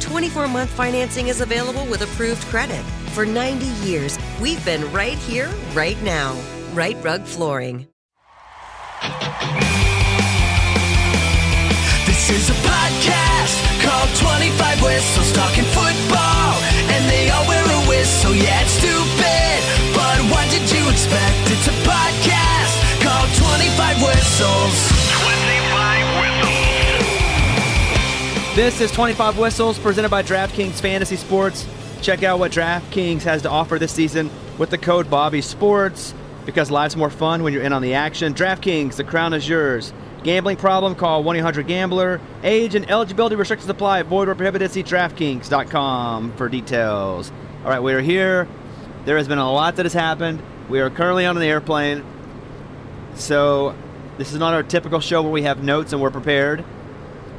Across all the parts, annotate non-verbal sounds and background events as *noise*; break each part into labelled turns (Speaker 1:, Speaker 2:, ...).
Speaker 1: 24 month financing is available with approved credit. For 90 years, we've been right here, right now. Right Rug Flooring.
Speaker 2: This is a podcast called 25 Whistles Talking Football. And they all wear a whistle, yeah, it's stupid. But what did you expect? It's a podcast called 25 Whistles. 25 Whistles.
Speaker 3: This is 25 Whistles presented by DraftKings Fantasy Sports. Check out what DraftKings has to offer this season with the code Bobby Sports because life's more fun when you're in on the action. DraftKings, the crown is yours. Gambling problem? Call 1 800 Gambler. Age and eligibility restrictions apply. Void or prohibited. See DraftKings.com for details. All right, we are here. There has been a lot that has happened. We are currently on an airplane. So, this is not our typical show where we have notes and we're prepared.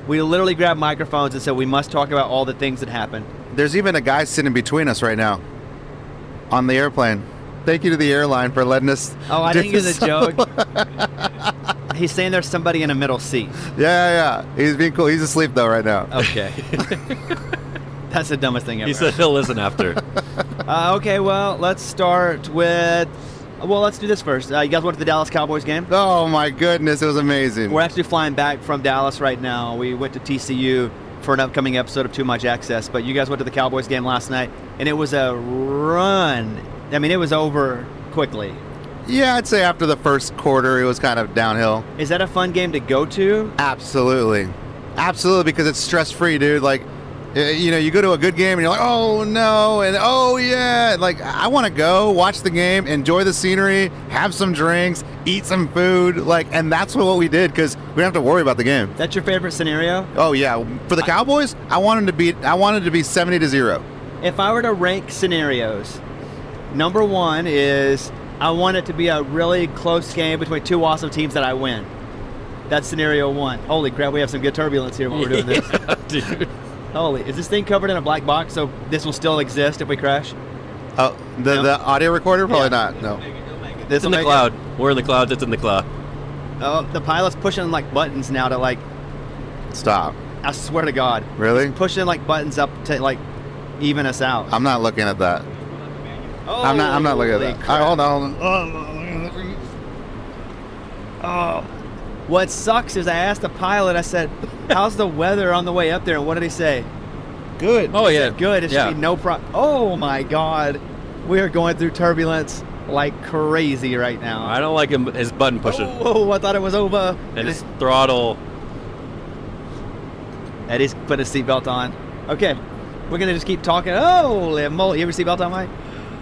Speaker 3: We literally grabbed microphones and said we must talk about all the things that happened.
Speaker 4: There's even a guy sitting between us right now on the airplane. Thank you to the airline for letting us.
Speaker 3: Oh, I
Speaker 4: do
Speaker 3: think it's *laughs*
Speaker 4: this.
Speaker 3: a joke. *laughs* He's saying there's somebody in a middle seat.
Speaker 4: *laughs* Yeah, yeah. He's being cool. He's asleep though right now.
Speaker 3: Okay. *laughs* That's the dumbest thing ever.
Speaker 5: He said he'll listen after.
Speaker 3: *laughs* uh, okay, well, let's start with. Well, let's do this first. Uh, you guys went to the Dallas Cowboys game?
Speaker 4: Oh my goodness, it was amazing.
Speaker 3: We're actually flying back from Dallas right now. We went to TCU for an upcoming episode of Too Much Access, but you guys went to the Cowboys game last night, and it was a run. I mean, it was over quickly.
Speaker 4: yeah, I'd say after the first quarter, it was kind of downhill.
Speaker 3: Is that a fun game to go to?
Speaker 4: Absolutely, absolutely, because it's stress free, dude. Like, eh, you know, you go to a good game and you're like, oh no, and oh yeah. Like, I want to go watch the game, enjoy the scenery, have some drinks, eat some food, like, and that's what we did because we don't have to worry about the game.
Speaker 3: That's your favorite scenario?
Speaker 4: Oh yeah, for the Cowboys, I want 'em to beat. I wanted to be seventy to zero.
Speaker 3: If I were to rank scenarios, number one is I want it to be a really close game between two awesome teams that I win. That's scenario one. Holy crap, we have some good turbulence here when we're doing
Speaker 4: *laughs*
Speaker 3: this.
Speaker 5: Dude.
Speaker 3: Holy, is this thing covered in a black box so this will still exist if we crash?
Speaker 4: Oh, the
Speaker 3: No.
Speaker 4: the audio recorder probably not. No.
Speaker 3: This
Speaker 5: It's in the cloud. We're in the cloud. It's in the cloud.
Speaker 3: Oh, the pilot's pushing like buttons now to like,
Speaker 4: Stop.
Speaker 3: I swear to God,
Speaker 4: Really?
Speaker 3: pushing like buttons up to like even us out.
Speaker 4: I'm not looking at that. I'm not. I'm not looking at
Speaker 3: Holy
Speaker 4: that.
Speaker 3: crap.
Speaker 4: All right, hold on. hold on.
Speaker 3: What sucks is I asked the pilot, I said, How's the weather on the way up there? And what did he say? Good.
Speaker 5: Oh,
Speaker 3: He
Speaker 5: yeah.
Speaker 3: said, Good. It should
Speaker 5: Yeah.
Speaker 3: be no problem. Oh, my God. We are going through turbulence like crazy right now.
Speaker 5: I don't like him. His button pushing
Speaker 3: Oh, I thought it was over.
Speaker 5: and his throttle.
Speaker 3: Eddie's put his seatbelt on. Okay. We're going to just keep talking. Holy moly. You ever seatbelt on, Mike?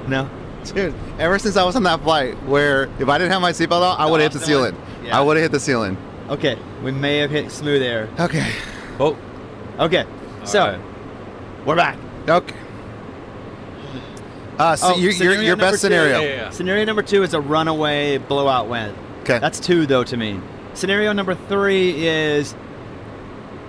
Speaker 3: No.
Speaker 4: *laughs* Dude, ever since I was on that flight, where if I didn't have my seatbelt on, I would have hit the ceiling.
Speaker 3: Yeah.
Speaker 4: I would have hit the ceiling.
Speaker 3: Okay. We may have hit smooth air.
Speaker 4: Okay.
Speaker 5: Oh,
Speaker 3: Okay. so,
Speaker 5: all right.
Speaker 3: we're back.
Speaker 4: Okay. Uh, so
Speaker 3: Oh,
Speaker 4: your, your, your
Speaker 3: number
Speaker 4: best
Speaker 3: two.
Speaker 4: scenario.
Speaker 5: Yeah, yeah, yeah.
Speaker 3: Scenario number two is a runaway blowout win.
Speaker 4: 'Kay.
Speaker 3: That's two, though, to me. Scenario number three is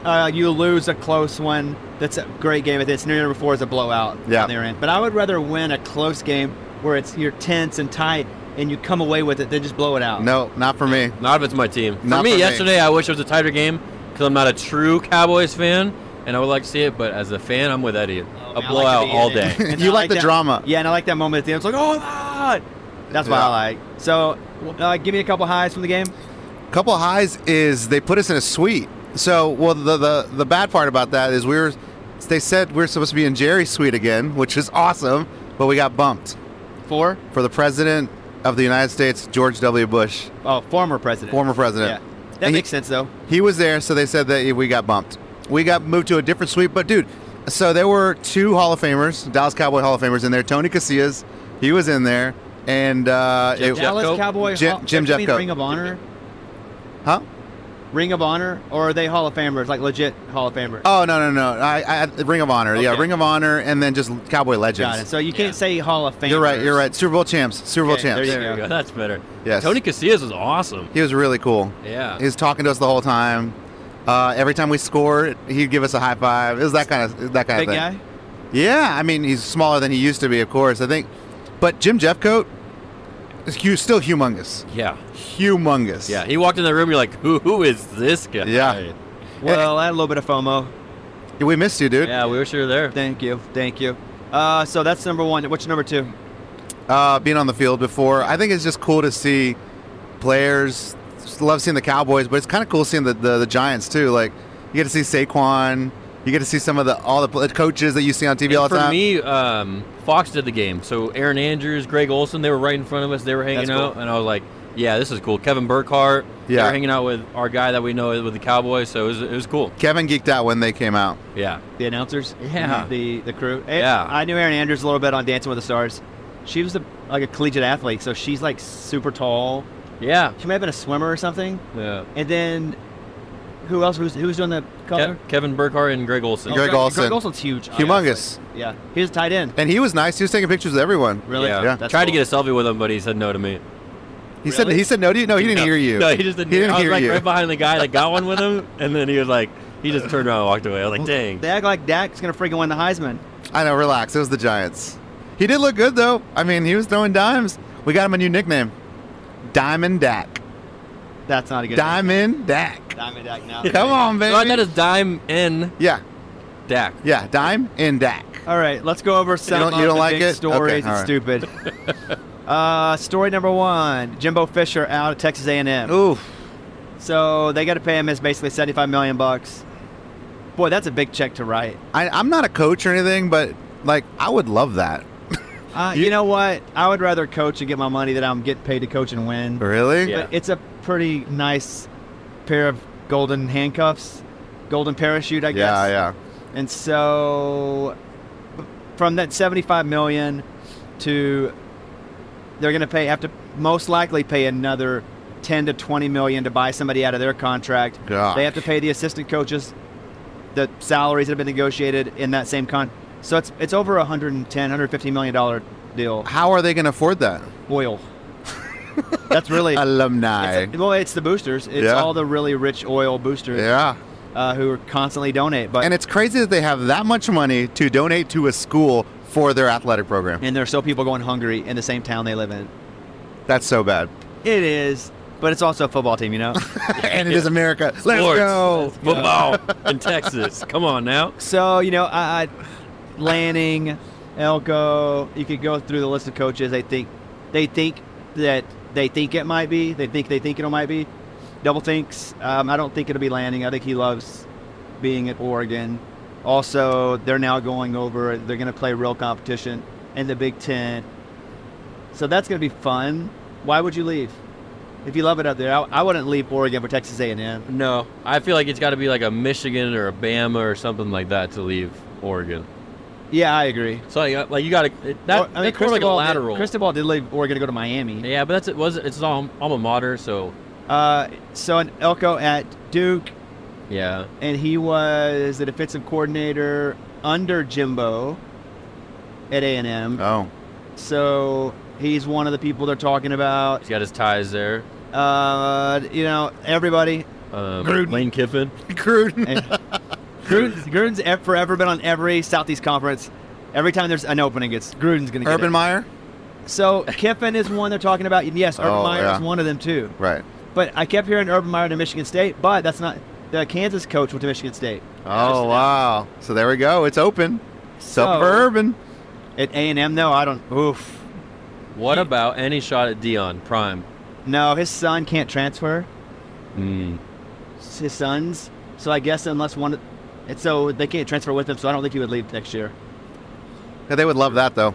Speaker 3: uh, you lose a close one. That's a great game. But then scenario number four is a blowout.
Speaker 4: Yeah.
Speaker 3: on their end. But I would rather win a close game where it's you're tense and tight and you come away with it than just blow it out.
Speaker 4: No, not for me.
Speaker 5: Not if it's my team. For
Speaker 4: Not
Speaker 5: me,
Speaker 4: for me.
Speaker 5: yesterday, I wish it was a tighter game because I'm not a true Cowboys fan, and I would like to see it. But as a fan, I'm with Eddie.
Speaker 3: Oh, man, I
Speaker 5: a
Speaker 3: like to
Speaker 5: blowout
Speaker 3: be
Speaker 5: all
Speaker 3: in it.
Speaker 5: day.
Speaker 3: And
Speaker 4: You
Speaker 3: I
Speaker 4: like the
Speaker 3: that-
Speaker 4: drama.
Speaker 3: Yeah, and I like that moment at the end. It's like, oh, *laughs* God. That's what
Speaker 4: Yeah.
Speaker 3: I like. So, uh, give me a couple highs from the game.
Speaker 4: couple of highs is they put us in a suite. So, well, the the, the bad part about that is we were, they said we are supposed to be in Jerry's suite again, which is awesome, but we got bumped
Speaker 3: Four.
Speaker 4: for the president of the United States, George W. Bush,
Speaker 3: Oh, former president.
Speaker 4: former
Speaker 3: Yeah,
Speaker 4: president.
Speaker 3: that
Speaker 4: And
Speaker 3: makes
Speaker 4: he-
Speaker 3: sense though.
Speaker 4: He was there, so they said that we got bumped. We got moved to a different suite, but dude, so there were two Hall of Famers, Dallas Cowboy Hall of Famers in there. Tony Casillas, he was in there, and uh,
Speaker 5: Jim
Speaker 4: it-
Speaker 5: Jeffcoat?
Speaker 3: Dallas Cowboy
Speaker 4: Jim-
Speaker 3: Hall-
Speaker 4: Jim
Speaker 3: technically
Speaker 4: Jeffcoat.
Speaker 3: Ring of Honor.
Speaker 4: huh?
Speaker 3: Ring of Honor, or are they Hall of Famers? Like legit Hall of Famers.
Speaker 4: Oh no no no! I, I Ring of Honor, yeah,
Speaker 5: Okay.
Speaker 4: Ring of Honor, and then just Cowboy Legends.
Speaker 3: Got it. So you can't
Speaker 5: Yeah.
Speaker 3: say Hall of Famers.
Speaker 4: You're right. You're right. Super Bowl champs. Super Bowl
Speaker 3: Okay, there
Speaker 4: champs.
Speaker 3: you
Speaker 5: There you go. That's better.
Speaker 4: Yes.
Speaker 5: Tony Casillas was awesome.
Speaker 4: He was really cool.
Speaker 5: Yeah.
Speaker 4: He was talking to us the whole time. Uh, every time we scored, he'd give us a high five. It was that kind of that kind
Speaker 3: Big
Speaker 4: of thing.
Speaker 3: guy.
Speaker 4: Yeah, I mean he's smaller than he used to be, of course. I think, but Jim Jeffcoat is hu- still humongous.
Speaker 5: yeah.
Speaker 4: Humongous.
Speaker 5: Yeah. He walked in the room. You're like, who? Who is this guy?
Speaker 4: Yeah.
Speaker 3: Well, I had a little bit of FOMO.
Speaker 4: We missed you, dude.
Speaker 5: Yeah. We were sure there.
Speaker 3: Thank you. Thank you. Uh, so that's number one. What's your number two?
Speaker 4: uh, being on the field before. I think it's just cool to see players. Just love seeing the Cowboys, but it's kind of cool seeing the, the, the Giants too. Like you get to see Saquon, you get to see some of the all the pl- coaches that you see on TV all
Speaker 5: And
Speaker 4: the
Speaker 5: for
Speaker 4: time.
Speaker 5: me, um, Fox did the game. So Aaron Andrews, Greg Olson, they were right in front of us. They were hanging
Speaker 3: That's cool.
Speaker 5: out, and I was like, "Yeah, this is cool." Kevin Burkhardt, they
Speaker 4: Yeah.
Speaker 5: were hanging out with our guy that we know with the Cowboys. So it was, it was cool.
Speaker 4: Kevin geeked out when they came out.
Speaker 5: Yeah,
Speaker 3: The announcers.
Speaker 5: Yeah.
Speaker 3: The the crew. Eh,
Speaker 5: Yeah.
Speaker 3: I knew Erin Andrews a little bit on Dancing with the Stars. She was a, like a collegiate athlete, so she's like super tall.
Speaker 5: yeah,
Speaker 3: She may have been a swimmer or something.
Speaker 5: yeah.
Speaker 3: And then who else? Who's who's doing the color?
Speaker 5: Ke- Kevin Burkhardt and Greg Olson.
Speaker 4: Greg Olson.
Speaker 3: Greg Olson's huge.
Speaker 4: Humongous.
Speaker 3: obviously. Yeah. He was tight end.
Speaker 4: And he was nice. He was taking pictures with everyone.
Speaker 3: Really?
Speaker 5: Yeah.
Speaker 4: Yeah.
Speaker 3: That's
Speaker 5: Tried
Speaker 3: cool.
Speaker 5: to get a selfie with him, but he said no to me.
Speaker 4: He said he said no to you. No, he didn't
Speaker 5: No.
Speaker 4: hear you.
Speaker 5: No, he just didn't.
Speaker 4: He didn't
Speaker 5: I was
Speaker 4: hear
Speaker 5: like
Speaker 4: you.
Speaker 5: right behind the guy that got one with him, and then he was like, he just turned around and walked away. I was like, dang.
Speaker 3: They act like Dak's gonna freaking win the Heisman.
Speaker 4: I know. Relax. It was the Giants. He did look good though. I mean, he was throwing dimes. We got him a new nickname, Diamond Dak.
Speaker 3: That's not a good.
Speaker 4: Diamond Dak.
Speaker 3: Diamond Dak now.
Speaker 4: Come on,
Speaker 5: So I met
Speaker 4: baby.
Speaker 5: his dime in
Speaker 4: Yeah,
Speaker 5: Dak.
Speaker 4: yeah. Dime and Dak.
Speaker 3: All right, let's go over some
Speaker 4: don't-
Speaker 3: of
Speaker 4: you don't
Speaker 3: the
Speaker 4: like
Speaker 3: big
Speaker 4: it? Okay,
Speaker 3: stories.
Speaker 4: all
Speaker 3: it's
Speaker 4: right.
Speaker 3: stupid.
Speaker 4: *laughs*
Speaker 3: uh, story number one: Jimbo Fisher out of Texas A&M.
Speaker 4: Oof.
Speaker 3: So they got to pay him is basically seventy-five million bucks. Boy, that's a big check to write.
Speaker 4: I, I'm not a coach or anything, but like I would love that.
Speaker 3: Uh, you,
Speaker 4: You-
Speaker 3: know what? I would rather coach and get my money than I'm getting paid to coach and win.
Speaker 4: Really?
Speaker 5: Yeah.
Speaker 3: But it's a pretty nice pair of golden handcuffs, golden parachute, I guess.
Speaker 4: Yeah, yeah.
Speaker 3: And so from that 75 million to they're going to pay have to most likely pay another 10 to 20 million to buy somebody out of their contract.
Speaker 4: Gosh.
Speaker 3: They have to pay the assistant coaches the salaries that have been negotiated in that same con. So it's it's over 110 115 million dollar deal.
Speaker 4: How are they going to afford that? *laughs*
Speaker 3: Oil. That's really
Speaker 4: Alumni.
Speaker 3: it's, well, it's the boosters. It's
Speaker 4: Yeah.
Speaker 3: all the really rich oil boosters
Speaker 4: yeah.
Speaker 3: uh, who are constantly donate. But
Speaker 4: And it's crazy that they have that much money to donate to a school for their athletic program.
Speaker 3: and there's still people going hungry in the same town they live in.
Speaker 4: That's
Speaker 3: *laughs*
Speaker 4: so bad.
Speaker 3: It is, but it's also a football team, you know.
Speaker 4: and it is America. Let's
Speaker 5: Sports.
Speaker 4: go.
Speaker 5: Football in Texas. Come on
Speaker 4: *laughs*
Speaker 5: now.
Speaker 3: so you know, I, I Lanning, Elko. You could go through the list of coaches. They think, they think that they think it might be. They think they think it might be. Double thinks. Um, I don't think it'll be Lanning. I think he loves being at Oregon. Also, they're now going over. They're going to play real competition in the Big Ten. So that's going to be fun. Why would you leave? If you love it out there, I, I wouldn't leave Oregon for Texas A&M.
Speaker 5: No, I feel like it's got to be like a Michigan or a Bama or something like that to leave Oregon.
Speaker 3: Yeah, I agree.
Speaker 5: So like, uh, like you got to that.
Speaker 3: Or- I mean,
Speaker 5: that's more like a
Speaker 3: Cristobal did-
Speaker 5: lateral.
Speaker 3: Cristobal did leave Oregon to go to Miami.
Speaker 5: yeah, but that's it was it's all alma mater. So
Speaker 3: Uh, so an Elko at Duke,
Speaker 5: yeah,
Speaker 3: and he was the defensive coordinator under Jimbo at A and M.
Speaker 4: Oh.
Speaker 3: So he's one of the people they're talking about.
Speaker 5: he's got his ties there.
Speaker 3: Uh, you know, everybody.
Speaker 5: Um,
Speaker 4: Gruden.
Speaker 5: Lane Kiffin.
Speaker 4: Crude.
Speaker 3: And
Speaker 4: *laughs*
Speaker 3: Gruden, Gruden's ev- forever been on every Southeast Conference. Every time there's an opening, it's Gruden's going to get
Speaker 4: Urban
Speaker 3: it.
Speaker 4: Meyer?
Speaker 3: So Kiffin is one they're talking about. and Yes, Urban
Speaker 4: Oh,
Speaker 3: Meyer
Speaker 4: yeah.
Speaker 3: is one of them too.
Speaker 4: Right.
Speaker 3: But I kept hearing Urban Meyer to Michigan State, but that's not the Kansas coach went to Michigan State
Speaker 4: Oh, wow. So there we go. It's open.
Speaker 3: So-
Speaker 4: Suburban.
Speaker 3: at A and M. Though I don't. Oof.
Speaker 5: What about any shot at Dion Prime?
Speaker 3: No, his son can't transfer.
Speaker 4: Hmm.
Speaker 3: S- His sons. So I guess unless one, and so they can't transfer with him. So I don't think he would leave next year.
Speaker 4: Yeah, they would love that though.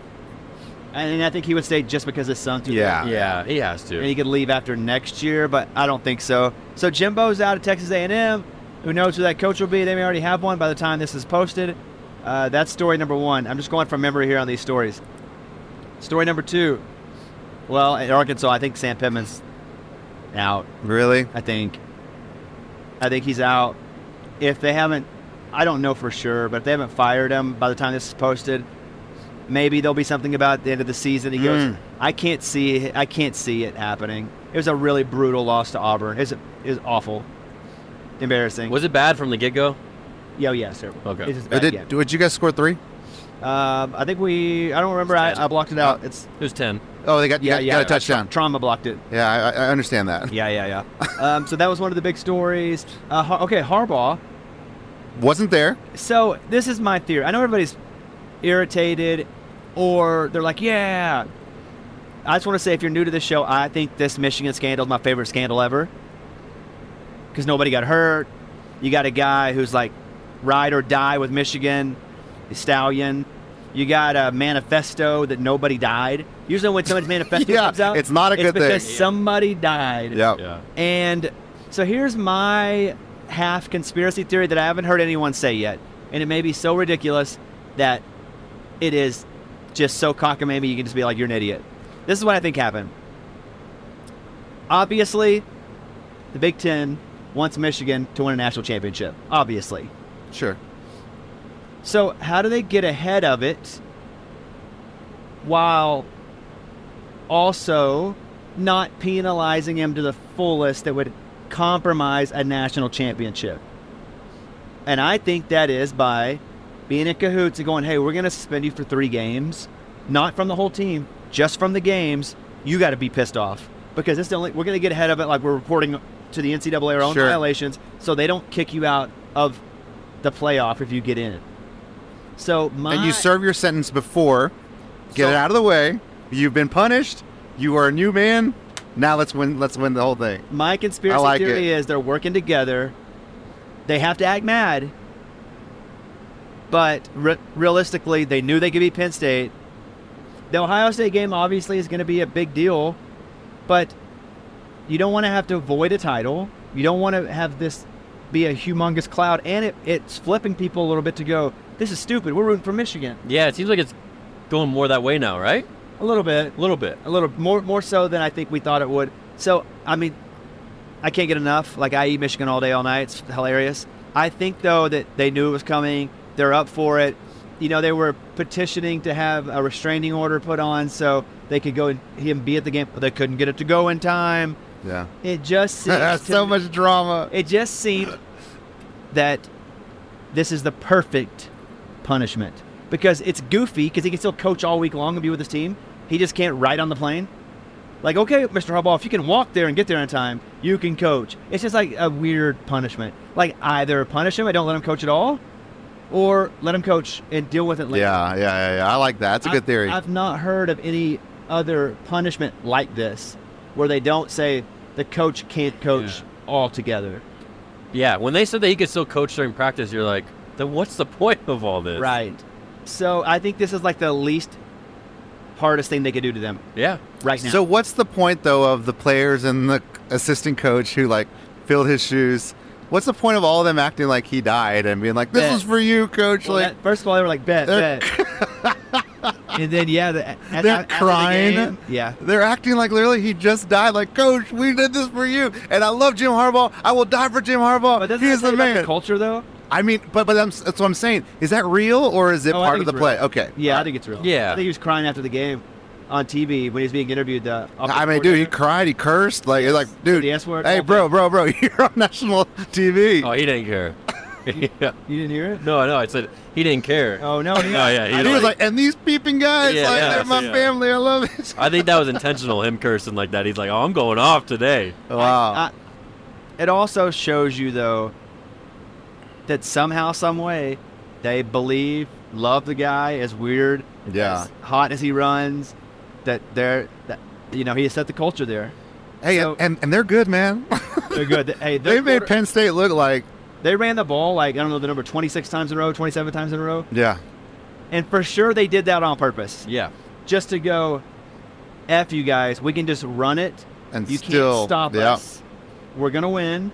Speaker 3: And I think he would stay just because his son. too.
Speaker 4: Yeah.
Speaker 5: Yeah, he has
Speaker 3: And
Speaker 5: to.
Speaker 3: he could leave after next year, but I don't think so. So Jimbo's out of Texas A&M. Who knows who that coach will be? They may already have one by the time this is posted. Uh, that's story number one. I'm just going from memory here on these stories. Story number two. Well, in Arkansas, I think Sam Pittman's out.
Speaker 4: Really?
Speaker 3: I think. I think he's out. If they haven't, I don't know for sure, but if they haven't fired him by the time this is posted, maybe there'll be something about the end of the season. He
Speaker 5: Hmm.
Speaker 3: goes, I can't see, I can't see it happening. It was a really brutal loss to Auburn. It was, it was awful, embarrassing.
Speaker 5: Was it bad from the get go?
Speaker 3: Yo, yeah, terrible.
Speaker 5: Okay.
Speaker 3: It's just
Speaker 4: Uh,
Speaker 3: bad,
Speaker 4: Did,
Speaker 3: yeah.
Speaker 4: Would you guys score three?
Speaker 3: Um, I think we. I don't remember. I, I blocked it out. It's
Speaker 5: It was 10.
Speaker 4: Oh, they got
Speaker 3: yeah,
Speaker 4: got,
Speaker 3: yeah.
Speaker 4: got a touchdown.
Speaker 3: Tra- trauma blocked it.
Speaker 4: yeah, I, I understand that.
Speaker 3: Yeah, yeah, yeah. um, so that was one of the big stories. Uh, Har- okay, Harbaugh.
Speaker 4: Wasn't there?
Speaker 3: So this is my theory. I know everybody's irritated, or they're like, "Yeah." I just want to say, if you're new to this show, I think this Michigan scandal is my favorite scandal ever because nobody got hurt. You got a guy who's like ride or die with Michigan, the stallion. You got a manifesto that nobody died. Usually, when someone's manifesto
Speaker 4: *laughs* Yeah,
Speaker 3: comes out,
Speaker 4: it's not a good thing.
Speaker 3: because somebody died.
Speaker 4: Yeah.
Speaker 5: Yeah.
Speaker 3: And so here's my half conspiracy theory that I haven't heard anyone say yet. And it may be so ridiculous that it is just so cockamamie you can just be like, you're an idiot. This is what I think happened. Obviously, the Big Ten wants Michigan to win a national championship. Obviously.
Speaker 4: Sure.
Speaker 3: So how do they get ahead of it while also not penalizing him to the fullest that would compromise a national championship? And I think that is by being in cahoots and going, hey, we're going to suspend you for three games, not from the whole team, just from the games. You got to be pissed off because it's the only, we're going to get ahead of it like we're reporting to the NCAA our own
Speaker 4: Sure.
Speaker 3: violations so they don't kick you out of the playoff if you get in. So my
Speaker 4: and you serve your sentence before. Get
Speaker 3: So-
Speaker 4: it out of the way. You've been punished. You are a new man. Now let's win. Let's win the whole thing.
Speaker 3: my conspiracy
Speaker 4: I like
Speaker 3: theory
Speaker 4: it.
Speaker 3: is they're working together. They have to act mad, but re- realistically, they knew they could beat Penn State. The Ohio State game obviously is going to be a big deal, but you don't want to have to avoid a title. You don't want to have this be a humongous cloud, and it, it's flipping people a little bit to go, "This is stupid. We're rooting for Michigan."
Speaker 5: Yeah, it seems like it's going more that way now, right?
Speaker 3: A little bit.
Speaker 5: A little bit.
Speaker 3: a little more more so than I think we thought it would. So I mean, I can't get enough. Like I eat Michigan all day, all night. It's hilarious. I think though that they knew it was coming. They're up for it. You know, they were petitioning to have a restraining order put on so they could go and him be at the game, but they couldn't get it to go in time.
Speaker 4: Yeah.
Speaker 3: It just seems
Speaker 4: *laughs* so
Speaker 3: to-
Speaker 4: much drama.
Speaker 3: It just seemed that this is the perfect punishment because it's goofy because he can still coach all week long and be with his team. He just can't ride on the plane. Like, okay, Mr. Harbaugh, if you can walk there and get there in time, you can coach. It's just like a weird punishment. Like, either punish him, I don't let him coach at all, or let him coach and deal with it later.
Speaker 4: Yeah, yeah, yeah, yeah. I like that. That's a
Speaker 3: I've-
Speaker 4: good theory.
Speaker 3: I've not heard of any other punishment like this where they don't say the coach can't coach altogether.
Speaker 5: Yeah, when they said that he could still coach during practice, you're like, then what's the point of all this?
Speaker 3: Right. So I think this is like the least hardest thing they could do to them
Speaker 5: Yeah.
Speaker 3: right now.
Speaker 4: So what's the point though of the players and the assistant coach who like filled his shoes? What's the point of all of them acting like he died and being like, "This
Speaker 3: Bet.
Speaker 4: is for you, coach"?
Speaker 3: Well,
Speaker 4: like,
Speaker 3: that- first of all, they were like, bet,
Speaker 4: They're-
Speaker 3: bet.
Speaker 4: *laughs*
Speaker 3: and then, yeah, the, at- at-
Speaker 4: They're
Speaker 3: after the
Speaker 4: crying.
Speaker 3: game- yeah.
Speaker 4: They're acting like literally he just died. Like, coach, we did this for you, and I love Jim Harbaugh. I will die for Jim Harbaugh.
Speaker 3: But doesn't
Speaker 4: he
Speaker 3: that
Speaker 4: is
Speaker 3: tell
Speaker 4: the
Speaker 3: you about
Speaker 4: man.
Speaker 3: culture, though?
Speaker 4: I mean, but but that's, that's what I'm saying. Is that real or is it
Speaker 3: Oh, I
Speaker 4: part of
Speaker 3: think
Speaker 4: the
Speaker 3: it's
Speaker 4: play?
Speaker 3: real.
Speaker 4: Okay.
Speaker 3: Yeah, I think it's real.
Speaker 5: Yeah.
Speaker 3: I think he was crying after the game on TV when he was being interviewed. uh, The
Speaker 4: I mean, dude, he cried, he cursed, like, it's like, dude,
Speaker 3: The S word,
Speaker 4: hey,
Speaker 3: all
Speaker 4: bro, bro, *laughs* bro, you're on national TV.
Speaker 5: Oh, he didn't care. yeah.
Speaker 3: you didn't hear it?
Speaker 5: No, no, I said he didn't care.
Speaker 3: Oh, no.
Speaker 5: *laughs* No, yeah,
Speaker 4: and he was like, and these peeping guys,
Speaker 5: Yeah,
Speaker 4: like,
Speaker 5: yeah,
Speaker 4: they're my
Speaker 5: yeah.
Speaker 4: family. I love
Speaker 3: *laughs*
Speaker 4: it.
Speaker 5: I think that was intentional, him cursing like that. He's like, oh, I'm going off today.
Speaker 4: wow.
Speaker 3: I- it also shows you though that somehow some way they believe love the guy as weird
Speaker 4: Yeah.
Speaker 3: as hot as he runs that they're that, you know he has set the culture there.
Speaker 4: Hey,
Speaker 3: So-
Speaker 4: and, and they're good, man. *laughs*
Speaker 3: They're good. hey, their
Speaker 4: they made
Speaker 3: quarter-
Speaker 4: Penn State look like
Speaker 3: they ran the ball like I don't know the number 26 times in a row, 27 times in a row,
Speaker 4: yeah.
Speaker 3: and for sure they did that on purpose,
Speaker 5: Yeah.
Speaker 3: just to go, f you guys. We can just run it.
Speaker 4: And
Speaker 3: you
Speaker 4: still-
Speaker 3: can't stop
Speaker 4: yeah.
Speaker 3: us. We're gonna win.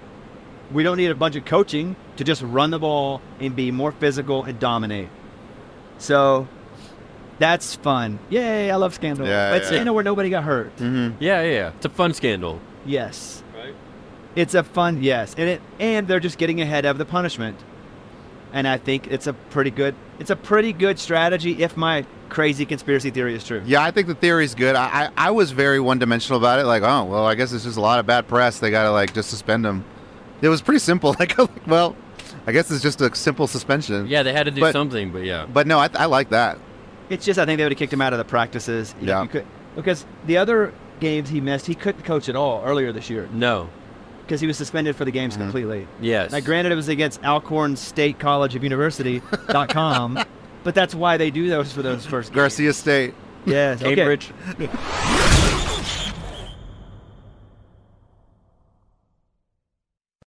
Speaker 3: We don't need a bunch of coaching to just run the ball and be more physical and dominate. So. That's fun. Yay, I love scandal.
Speaker 4: Yeah,
Speaker 3: it's
Speaker 4: yeah. Mm-hmm.
Speaker 3: you know where nobody got hurt.
Speaker 5: Yeah, yeah, yeah. It's a fun scandal.
Speaker 3: Yes. Right. It's a fun yes, and it and they're just getting ahead of the punishment, and I think it's a pretty good it's a pretty good strategy if my crazy conspiracy theory is true.
Speaker 4: Yeah, I think the theory's good. I, I, I was very one dimensional about it. Like, oh, well, I guess it's just a lot of bad press. They got to, like, just suspend them. It was pretty simple. *laughs* Like, I'm like, well, I guess it's just a simple suspension.
Speaker 5: Yeah, they had to do
Speaker 4: But-
Speaker 5: something, but yeah.
Speaker 4: But no, I, I like that.
Speaker 3: It's just I think they would have kicked him out of the practices. You-
Speaker 4: Yeah.
Speaker 3: you could- because the other games he missed, he couldn't coach at all earlier this year
Speaker 5: No.
Speaker 3: because he was suspended for the
Speaker 4: Mm-hmm.
Speaker 3: games completely.
Speaker 5: Yes.
Speaker 3: Now, granted, it was against Alcorn State College of
Speaker 4: *laughs*
Speaker 3: University.com, but that's why they do those for those first games.
Speaker 4: Garcia State.
Speaker 3: Yes. okay.
Speaker 5: Cambridge.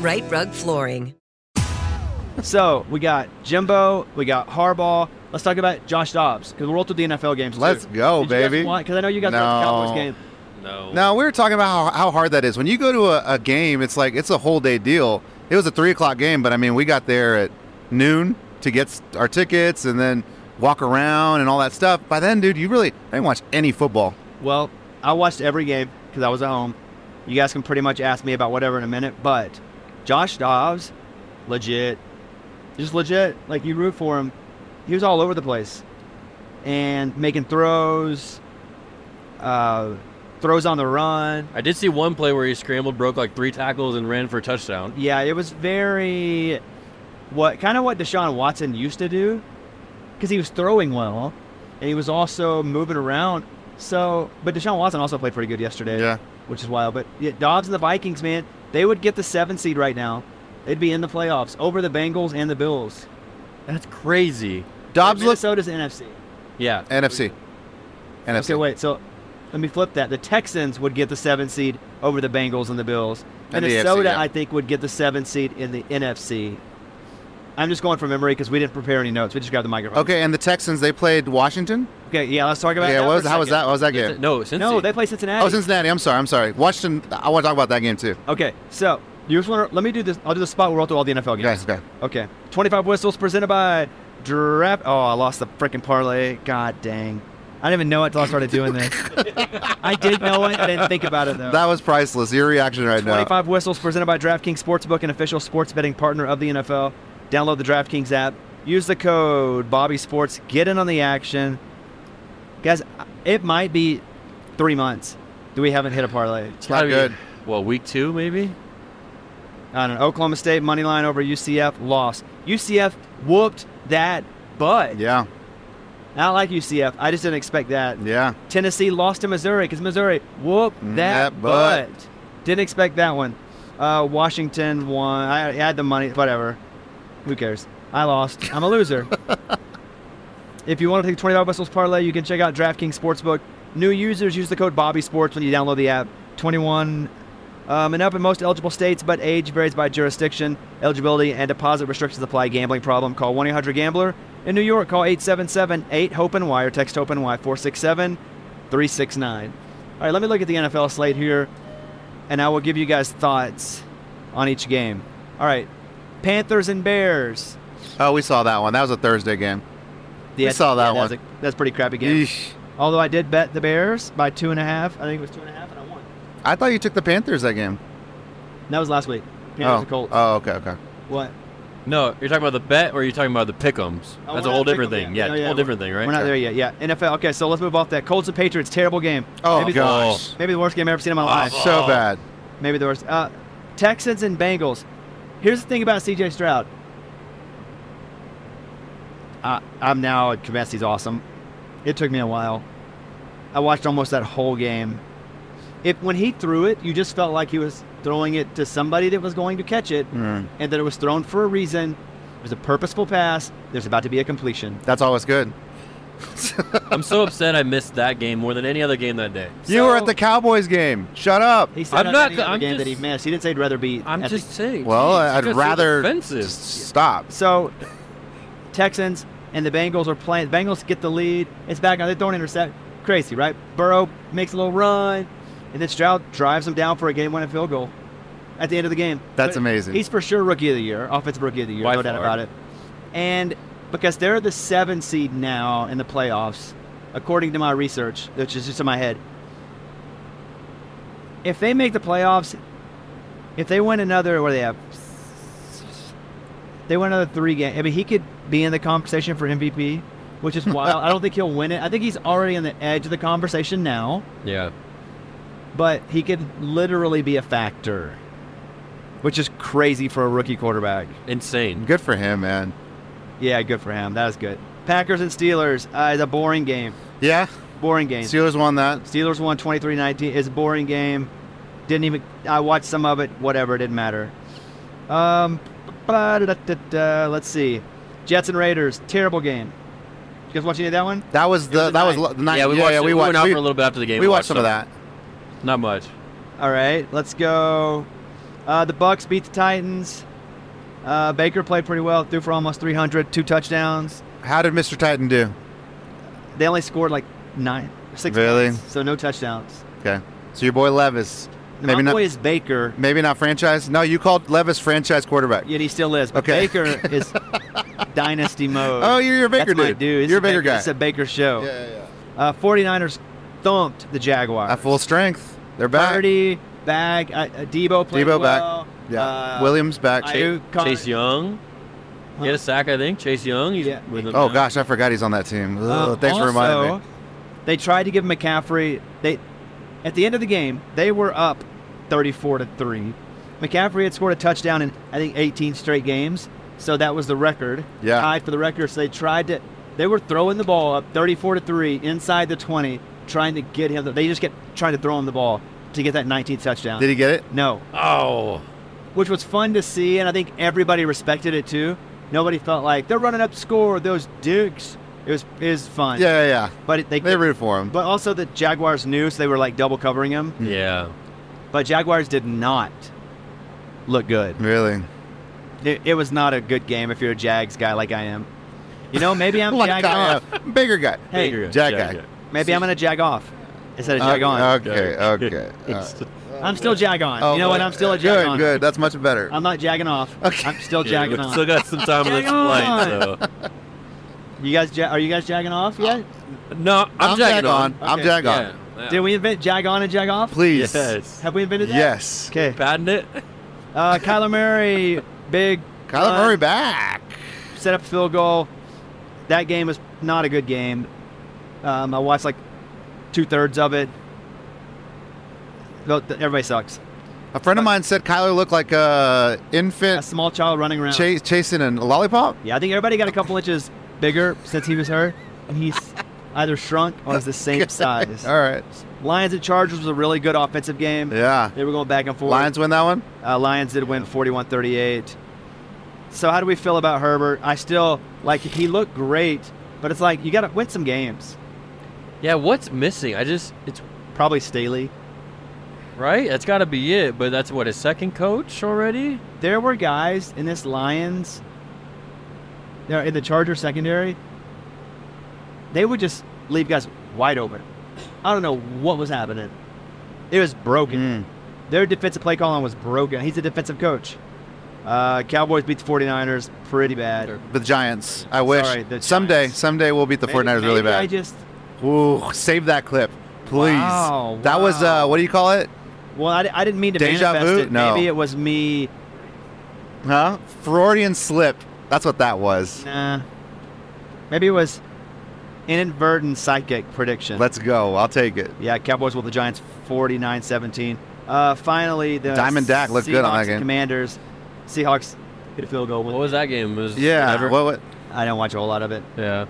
Speaker 1: Right Rug Flooring.
Speaker 3: So we got Jimbo, we got Harbaugh. Let's talk about Josh Dobbs because we'll roll through the NFL games.
Speaker 4: Let's go, baby.
Speaker 3: Because I know you guys watched the Cowboys
Speaker 4: No.
Speaker 3: game.
Speaker 5: No.
Speaker 4: No, we were talking about how, how hard that is. When you go to a, a game, it's like it's a whole day deal. It was a three o'clock game, but I mean, we got there at noon to get s- our tickets and then walk around and all that stuff. By then, dude, you really I didn't watch any football.
Speaker 3: Well, I watched every game because I was at home. You guys can pretty much ask me about whatever in a minute, but Josh Dobbs, legit, just legit. Like you root for him. He was all over the place and making throws, uh, throws on the run.
Speaker 5: I did see one play where he scrambled, broke like three tackles, and ran for a touchdown.
Speaker 3: Yeah, it was very what kind of what Deshaun Watson used to do because he was throwing well and he was also moving around. So, but Deshaun Watson also played pretty good yesterday,
Speaker 4: Yeah.
Speaker 3: which is wild. But yeah, Dobbs and the Vikings, man, they would get the seven seed right now. They'd be in the playoffs over the Bengals and the Bills.
Speaker 5: That's crazy.
Speaker 4: Dobbs looks
Speaker 3: Minnesota's NFC.
Speaker 5: Yeah.
Speaker 4: NFC. NFC.
Speaker 3: Okay, wait. So let me flip that. The Texans would get the seven seed over the Bengals and the Bills.
Speaker 4: And the AFC,
Speaker 3: Minnesota,
Speaker 4: yeah.
Speaker 3: I think, would get the seven seed in the NFC. I'm just going from memory because we didn't prepare any notes. We just grabbed the microphone.
Speaker 4: Okay, and the Texans they played Washington.
Speaker 3: Okay. Yeah. Let's talk about.
Speaker 4: yeah,
Speaker 3: that
Speaker 4: what
Speaker 3: for
Speaker 4: was
Speaker 3: a
Speaker 4: how was
Speaker 3: second.
Speaker 4: that? What was that game?
Speaker 5: No, since
Speaker 3: No, they play Cincinnati.
Speaker 4: Oh, Cincinnati. I'm sorry. I'm sorry. Washington. I want to talk about that game too.
Speaker 3: Okay. So you just want to let me do this. I'll do the spot. We'll roll through all the NFL games.
Speaker 4: Guys, okay.
Speaker 3: Okay. 25 whistles presented by Draft. Oh, I lost the freaking parlay. God dang. I didn't even know it until I started doing
Speaker 4: *laughs*
Speaker 3: this. I did know it. I didn't think about it though.
Speaker 4: That was priceless. Your reaction right now.
Speaker 3: 25 whistles presented by DraftKings Sportsbook, an official sports betting partner of the NFL. Download the DraftKings app. Use the code Bobby Sports. Get in on the action, guys. It might be three months that we haven't hit a parlay.
Speaker 5: it's
Speaker 4: not
Speaker 5: gotta be-
Speaker 4: good.
Speaker 5: Well, week two maybe.
Speaker 3: I don't know. Oklahoma State money line over UCF lost. UCF whooped that butt.
Speaker 4: Yeah.
Speaker 3: I don't like UCF. I just didn't expect that.
Speaker 4: Yeah.
Speaker 3: Tennessee lost to Missouri because Missouri whoop that,
Speaker 4: Mm, that
Speaker 3: butt.
Speaker 4: butt.
Speaker 3: Didn't expect that one. Uh, Washington won. I I had the money. Whatever. Who cares? I lost. I'm a
Speaker 4: *laughs*
Speaker 3: loser. if you want to take $25 whistles parlay, you can check out DraftKings Sportsbook. New users use the code Bobby Sports when you download the app. 21 um, and up in most eligible states, but age varies by jurisdiction. Eligibility and deposit restrictions apply. Gambling problem? Call 1 800 Gambler. In New York, call 877 8 Hope and Y or text Hope and Y 467 369. All right, let me look at the NFL slate here, and I will give you guys thoughts on each game. All right, Panthers and Bears.
Speaker 4: Oh, we saw that one. That was a Thursday game. We
Speaker 3: Yeah,
Speaker 4: saw that
Speaker 3: yeah, That's,
Speaker 4: one.
Speaker 3: a, that's a pretty crappy game.
Speaker 4: Yeesh.
Speaker 3: Although I did bet the Bears by two and a half. I think it was two and a half, and I won.
Speaker 4: I thought you took the Panthers that game.
Speaker 3: That was last week. Panthers
Speaker 4: oh.
Speaker 3: and Colts.
Speaker 4: Oh, okay, okay.
Speaker 3: what?
Speaker 5: No, you're talking about the bet, or you're talking about the pickums.
Speaker 3: Oh,
Speaker 5: That's
Speaker 3: we're
Speaker 5: a whole
Speaker 3: not
Speaker 5: different
Speaker 3: picking them.
Speaker 5: thing. Yeah,
Speaker 3: No,
Speaker 5: a whole
Speaker 3: we're-
Speaker 5: different thing, right?
Speaker 3: We're not there yet. Yeah, NFL. Okay, so let's move off that. Colts and Patriots, terrible game.
Speaker 4: Oh,
Speaker 3: maybe
Speaker 4: gosh.
Speaker 3: The, maybe the worst game I've ever seen in my life.
Speaker 4: So bad.
Speaker 3: Maybe the worst. Uh, Texans and Bengals. Here's the thing about C.J. Stroud. I, I'm now convinced he's awesome. It took me a while. I watched almost that whole game. If when he threw it, you just felt like he was throwing it to somebody that was going to catch it, and that it was thrown for a reason. It was a purposeful pass. There's about to be a completion.
Speaker 4: That's always good.
Speaker 5: I'm so upset I missed that game more than any other game that day.
Speaker 4: you were
Speaker 3: So-
Speaker 4: at the Cowboys game. Shut up.
Speaker 3: He said
Speaker 5: I'm
Speaker 3: on
Speaker 5: not-
Speaker 3: any other
Speaker 5: I'm
Speaker 3: game that he
Speaker 5: just-
Speaker 3: missed. He didn't say he'd rather be.
Speaker 5: I'm
Speaker 3: at the-
Speaker 5: just saying.
Speaker 4: Well,
Speaker 5: geez,
Speaker 4: I'd
Speaker 5: you guys are
Speaker 4: rather
Speaker 5: defensive.
Speaker 4: s- stop.
Speaker 3: so Texans and the Bengals are playing. The Bengals get the lead. It's back on. They don't intercept. Crazy, right? Burrow makes a little run, and then Stroud drives him down for a game-winning field goal at the end of the game.
Speaker 4: That's amazing.
Speaker 3: He's for sure rookie of the year, offensive rookie of the year,
Speaker 5: By
Speaker 3: no doubt
Speaker 5: far.
Speaker 3: about it. And because they're the seven seed now in the playoffs, according to my research, which is just in my head, if they make the playoffs, if they win another, what do they have? They win another three games. I mean, he could be in the conversation for MVP, which is wild.
Speaker 5: *laughs*
Speaker 3: I don't think he'll win it. I think he's already on the edge of the conversation now
Speaker 5: Yeah.
Speaker 3: but he could literally be a factor, which is crazy for a rookie quarterback.
Speaker 5: Insane.
Speaker 4: Good for him, man.
Speaker 3: Yeah, good for him. That was good. Packers and Steelers uh, is a boring game.
Speaker 4: Yeah.
Speaker 3: Boring game.
Speaker 4: Steelers won that.
Speaker 3: Steelers won 23-19. It's a boring game. Didn't even. I watched some of it. Whatever. It didn't matter. Um, ba-da-da-da-da. let's see. Jets and Raiders. Terrible game. You guys watch any of that one?
Speaker 4: That was the
Speaker 3: was
Speaker 4: that was
Speaker 3: nine.
Speaker 4: lo- the night.
Speaker 5: yeah, we
Speaker 4: yeah,
Speaker 5: watched. it.
Speaker 4: we
Speaker 5: we
Speaker 4: watched
Speaker 5: went out
Speaker 4: we-
Speaker 5: for a little bit after the game.
Speaker 4: we watched some of that.
Speaker 5: Not much.
Speaker 3: All right, let's go. Uh, the Bucks beat the Titans. Uh, Baker played pretty well, threw for almost 300, two touchdowns.
Speaker 4: How did Mr. Titan do?
Speaker 3: They only scored like nine, six.
Speaker 4: Really?
Speaker 3: points, so no touchdowns.
Speaker 4: Okay. So your boy Levis, maybe
Speaker 3: My
Speaker 4: not,
Speaker 3: boy is Baker,
Speaker 4: maybe not franchise. No, you called Levis franchise quarterback.
Speaker 3: yet he still is. But
Speaker 4: Okay. *laughs*
Speaker 3: Baker is dynasty mode.
Speaker 4: Oh, you're your Baker
Speaker 3: That's my
Speaker 4: dude.
Speaker 3: dude. It's
Speaker 4: You're a Baker guy.
Speaker 3: It's a Baker show.
Speaker 4: Yeah, yeah, yeah.
Speaker 3: Uh, 49ers thumped the Jaguars.
Speaker 4: At full strength, they're back.
Speaker 3: Purdy, Bag, uh, uh, Debo played
Speaker 4: Debo back.
Speaker 3: well.
Speaker 4: Yeah.
Speaker 3: Uh,
Speaker 4: Williams back.
Speaker 3: I-
Speaker 5: Chase,
Speaker 3: Connor-
Speaker 5: Chase Young. He had a sack, I think. Chase Young. He's
Speaker 3: Yeah.
Speaker 5: with them
Speaker 4: oh
Speaker 5: now.
Speaker 4: gosh, I forgot he's on that team. Ugh,
Speaker 3: Um,
Speaker 4: thanks for reminding me.
Speaker 3: also, They tried to give McCaffrey. They at the end of the game they were up thirty-four to three. McCaffrey had scored a touchdown in I think eighteen straight games, so that was the record.
Speaker 4: Yeah.
Speaker 3: tied for the record. So they tried to. They were throwing the ball up thirty-four to three inside the twenty, trying to get him. They just kept trying to throw him the ball to get that nineteenth touchdown.
Speaker 4: Did he get it?
Speaker 3: No,
Speaker 5: Oh.
Speaker 3: which was fun to see, and I think everybody respected it too. Nobody felt like they're running up score. Those dukes. It was it was fun.
Speaker 4: Yeah, yeah, yeah.
Speaker 3: But it, they,
Speaker 4: They root for him.
Speaker 3: But also the Jaguars knew, so they were like double covering him.
Speaker 4: Hmm.
Speaker 5: Yeah.
Speaker 3: But Jaguars did not look good.
Speaker 4: really?
Speaker 3: It, it was not a good game if you're a Jags guy like I am. You know, maybe I'm
Speaker 4: *laughs* Like
Speaker 3: jag
Speaker 4: I
Speaker 3: off.
Speaker 4: am. Uh, Bigger guy.
Speaker 3: Hey,
Speaker 5: Bigger guy.
Speaker 4: Jack
Speaker 5: Jack
Speaker 4: guy.
Speaker 3: Maybe I'm gonna jag off instead of jag on.
Speaker 4: Okay,
Speaker 5: *laughs*
Speaker 4: okay. Uh,
Speaker 3: I'm still jag on.
Speaker 4: oh,
Speaker 3: you know what? I'm still a jag
Speaker 4: Good,
Speaker 3: on.
Speaker 4: good. That's much better.
Speaker 3: I'm not jagging off.
Speaker 4: Okay.
Speaker 3: I'm still
Speaker 5: Yeah,
Speaker 3: jagging
Speaker 5: we
Speaker 3: on.
Speaker 5: still got some time on this
Speaker 3: Jag on.
Speaker 5: flight, so.
Speaker 3: you guys, ja- are you guys jagging off yet?
Speaker 5: No, I'm,
Speaker 4: I'm jag
Speaker 5: jacking
Speaker 4: on. I'm
Speaker 3: Okay.
Speaker 4: jag on.
Speaker 5: Yeah, yeah.
Speaker 3: Did we invent jag on and jag off?
Speaker 4: Please.
Speaker 5: Yes.
Speaker 3: Have we invented that?
Speaker 4: Yes.
Speaker 3: Okay.
Speaker 5: Patent it?
Speaker 3: Uh, Kyler
Speaker 4: *laughs*
Speaker 3: Murray, big.
Speaker 4: Kyler
Speaker 3: run.
Speaker 4: Murray back.
Speaker 3: set up a field goal. That game was not a good game. Um, I watched like two thirds of it. Well, th- Everybody sucks.
Speaker 4: A friend of mine said Kyler looked like a
Speaker 3: A
Speaker 4: infant
Speaker 3: small child running around.
Speaker 4: cha- chasing a lollipop.
Speaker 3: Yeah, I think everybody got a couple inches bigger since he was hurt. he's either shrunk or
Speaker 4: *laughs*
Speaker 3: is the same size.
Speaker 4: All right.
Speaker 3: Lions at Chargers was a really good offensive game.
Speaker 4: Yeah.
Speaker 3: They were going back and forth.
Speaker 4: Lions win that one?
Speaker 3: Uh, Lions did win 41 38. So, how do we feel about Herbert? I still, like, he looked great, but it's like, you got to win some games.
Speaker 5: Yeah, what's missing? I just it's
Speaker 3: Probably Staley.
Speaker 5: right. That's got to be it. But that's what his second coach already.
Speaker 3: There were guys in this Lions, there in the Charger secondary, they would just leave guys wide open. I don't know what was happening. It was broken.
Speaker 4: Mm.
Speaker 3: Their defensive play calling was broken. He's a defensive coach. Uh, Cowboys beat the 49ers pretty bad.
Speaker 4: The Giants. I wish.
Speaker 3: Sorry, the
Speaker 4: someday,
Speaker 3: Giants.
Speaker 4: someday we'll beat the
Speaker 3: Maybe-
Speaker 4: 49ers really
Speaker 3: maybe I
Speaker 4: bad.
Speaker 3: just
Speaker 4: Ooh, save that clip, please.
Speaker 3: Wow,
Speaker 4: That was, uh,
Speaker 3: wow.
Speaker 4: what do you call it?
Speaker 3: well, I, di- I didn't mean to
Speaker 4: Deja
Speaker 3: manifest
Speaker 4: vu?
Speaker 3: it.
Speaker 4: No.
Speaker 3: Maybe it was me.
Speaker 4: Huh? Freudian slip. That's what that was.
Speaker 3: Nah. Maybe it was inadvertent psychic prediction.
Speaker 4: Let's go. I'll take it.
Speaker 3: yeah, Cowboys with the Giants 49-17. Uh, finally, the
Speaker 4: Diamond Dak looked good on
Speaker 3: Seahawks
Speaker 4: that
Speaker 3: and
Speaker 4: game.
Speaker 3: Commanders. Seahawks hit a field goal.
Speaker 5: What was that game? It was
Speaker 4: Yeah.
Speaker 5: whatever?
Speaker 4: What, what?
Speaker 3: I didn't watch a whole lot of it.
Speaker 5: Yeah.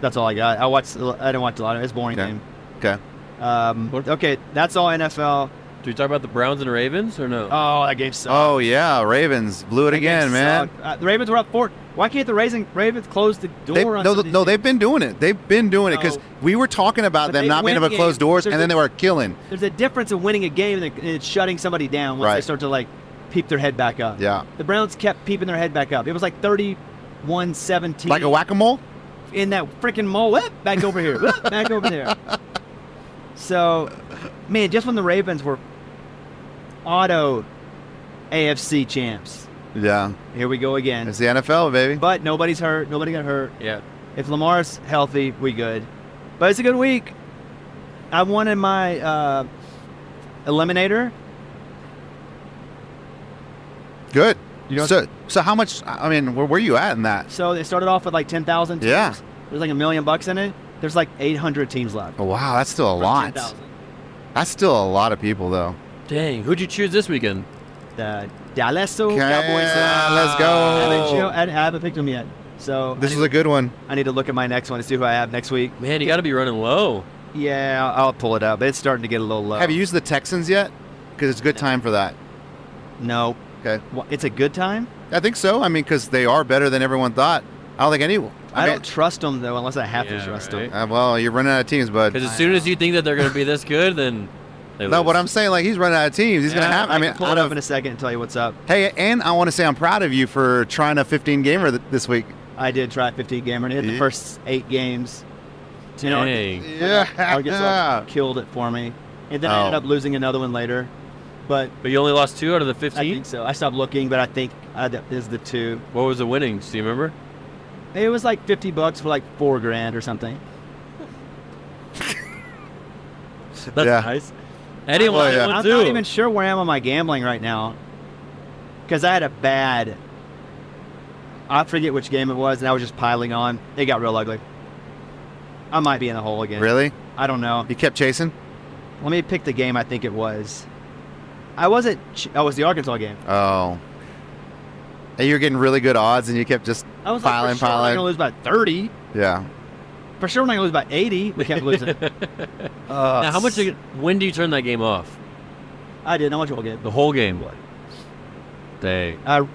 Speaker 3: That's all I got. I watched. I didn't watch a lot of it. It's a boring
Speaker 4: Okay.
Speaker 3: game.
Speaker 4: Okay.
Speaker 3: Um,
Speaker 5: What-
Speaker 3: okay, that's all NFL.
Speaker 5: Do we talk about the Browns and Ravens or
Speaker 4: Uh,
Speaker 5: no?
Speaker 3: Oh, that game sucked.
Speaker 4: Oh, yeah. Ravens blew it
Speaker 3: That game
Speaker 4: again, man.
Speaker 3: sucked. Uh, the Ravens were up four. Why can't the Raising, Ravens close the door
Speaker 4: They,
Speaker 3: on
Speaker 4: no,
Speaker 3: some of
Speaker 4: th-
Speaker 3: these
Speaker 4: no,
Speaker 3: teams?
Speaker 4: they've been doing it. They've been doing it because
Speaker 3: No.
Speaker 4: we were talking about
Speaker 3: But
Speaker 4: them
Speaker 3: they
Speaker 4: not being
Speaker 3: win
Speaker 4: able to close
Speaker 3: games.
Speaker 4: doors,
Speaker 3: There's
Speaker 4: and then
Speaker 3: a-
Speaker 4: they were killing.
Speaker 3: There's a difference of winning a game and it's shutting somebody down once they
Speaker 4: Right.
Speaker 3: start to like peep their head back up.
Speaker 4: Yeah.
Speaker 3: The Browns kept peeping their head back up. It was like 31 17.
Speaker 4: Like a whack a mole?
Speaker 3: In that freaking mole. Whoop, back over here. whoop, back over
Speaker 4: *laughs*
Speaker 3: there. So, man, just when the Ravens were auto AFC champs,
Speaker 4: Yeah.
Speaker 3: here we go again.
Speaker 4: It's the NFL, baby.
Speaker 3: But nobody's hurt. Nobody got hurt.
Speaker 5: yeah.
Speaker 3: If Lamar's healthy, we good. But it's a good week. I wanted my uh, eliminator.
Speaker 4: Good.
Speaker 3: You know-
Speaker 4: so, so how much? I mean, where were you at in that?
Speaker 3: So they started off with like 10,000 teams.
Speaker 4: Yeah.
Speaker 3: There's like a million bucks in it. There's like 800 teams left.
Speaker 4: Oh, wow, that's still a
Speaker 3: From
Speaker 4: lot.
Speaker 3: 10,000.
Speaker 4: That's still a lot of people, though.
Speaker 5: Dang. Who'd you choose this weekend?
Speaker 3: The Dallas Cowboys. uh,
Speaker 4: Yeah, let's
Speaker 3: I haven't,
Speaker 4: go.
Speaker 3: cho- I haven't picked them yet. So
Speaker 4: This
Speaker 3: I,
Speaker 4: is
Speaker 3: need,
Speaker 4: a good one.
Speaker 3: I need to look at my next one to see who I have next week.
Speaker 5: Man, you got to be running low.
Speaker 3: Yeah, I'll, I'll pull it up. It's starting to get a little low.
Speaker 4: Have you used the Texans yet? Because it's a good time for that.
Speaker 3: No.
Speaker 4: Okay.
Speaker 3: Wha- It's a good time.
Speaker 4: I think so. I mean, because they are better than everyone thought. I don't think any.
Speaker 3: I,
Speaker 4: mean,
Speaker 3: don't trust them, though, unless I have to
Speaker 5: Yeah,
Speaker 3: trust
Speaker 5: right.
Speaker 3: them.
Speaker 4: uh, well, you're running out of teams, bud.
Speaker 5: Because as soon as you think that they're going to be this good, then they
Speaker 4: No,
Speaker 5: lose.
Speaker 4: but I'm saying like he's running out of teams. He's gonna have. I,
Speaker 3: I
Speaker 4: mean,
Speaker 3: can pull
Speaker 4: out
Speaker 3: it up
Speaker 4: of-
Speaker 3: in a second and tell you what's up.
Speaker 4: hey, and I want to say I'm proud of you for trying a 15 gamer th- this week.
Speaker 3: I did try 15 gamer and it hit the
Speaker 4: Yeah.
Speaker 3: first eight *laughs* games. You know,
Speaker 5: Dang.
Speaker 4: Yeah.
Speaker 3: Targets all killed it for me. And then I ended
Speaker 4: Oh.
Speaker 3: up losing another one later. But
Speaker 5: But you only lost two out of the
Speaker 3: I
Speaker 5: 15?
Speaker 3: think so. I stopped looking, but I think uh, that is the two.
Speaker 5: What was the winnings? Do you remember?
Speaker 3: It was like 50 bucks for like four grand or something.
Speaker 5: That's
Speaker 4: Yeah.
Speaker 5: nice. Eddie
Speaker 4: Oh,
Speaker 5: won
Speaker 4: yeah.
Speaker 5: that one
Speaker 3: I'm
Speaker 5: too.
Speaker 3: not even sure where I am on my gambling right now. Because I had a bad. I forget which game it was, and I was just piling on. It got real ugly. I might be in the hole again.
Speaker 4: *laughs* Really?
Speaker 3: I don't know.
Speaker 4: You kept chasing?
Speaker 3: Let me pick the game I think it was. I wasn't. Ch- oh, it was the Arkansas game.
Speaker 4: Oh. And you were getting really good odds, and you kept just
Speaker 3: I was
Speaker 4: piling,
Speaker 3: like, for sure I'm not
Speaker 4: piling.
Speaker 3: gonna lose by 30.
Speaker 4: yeah.
Speaker 3: For sure, I'm not gonna lose by 80. We kept losing.
Speaker 4: *laughs*
Speaker 3: uh,
Speaker 5: Now, how much? do you- When do you turn that game off?
Speaker 3: I didn't. I want you all get.
Speaker 5: The whole game. Dang.
Speaker 3: I,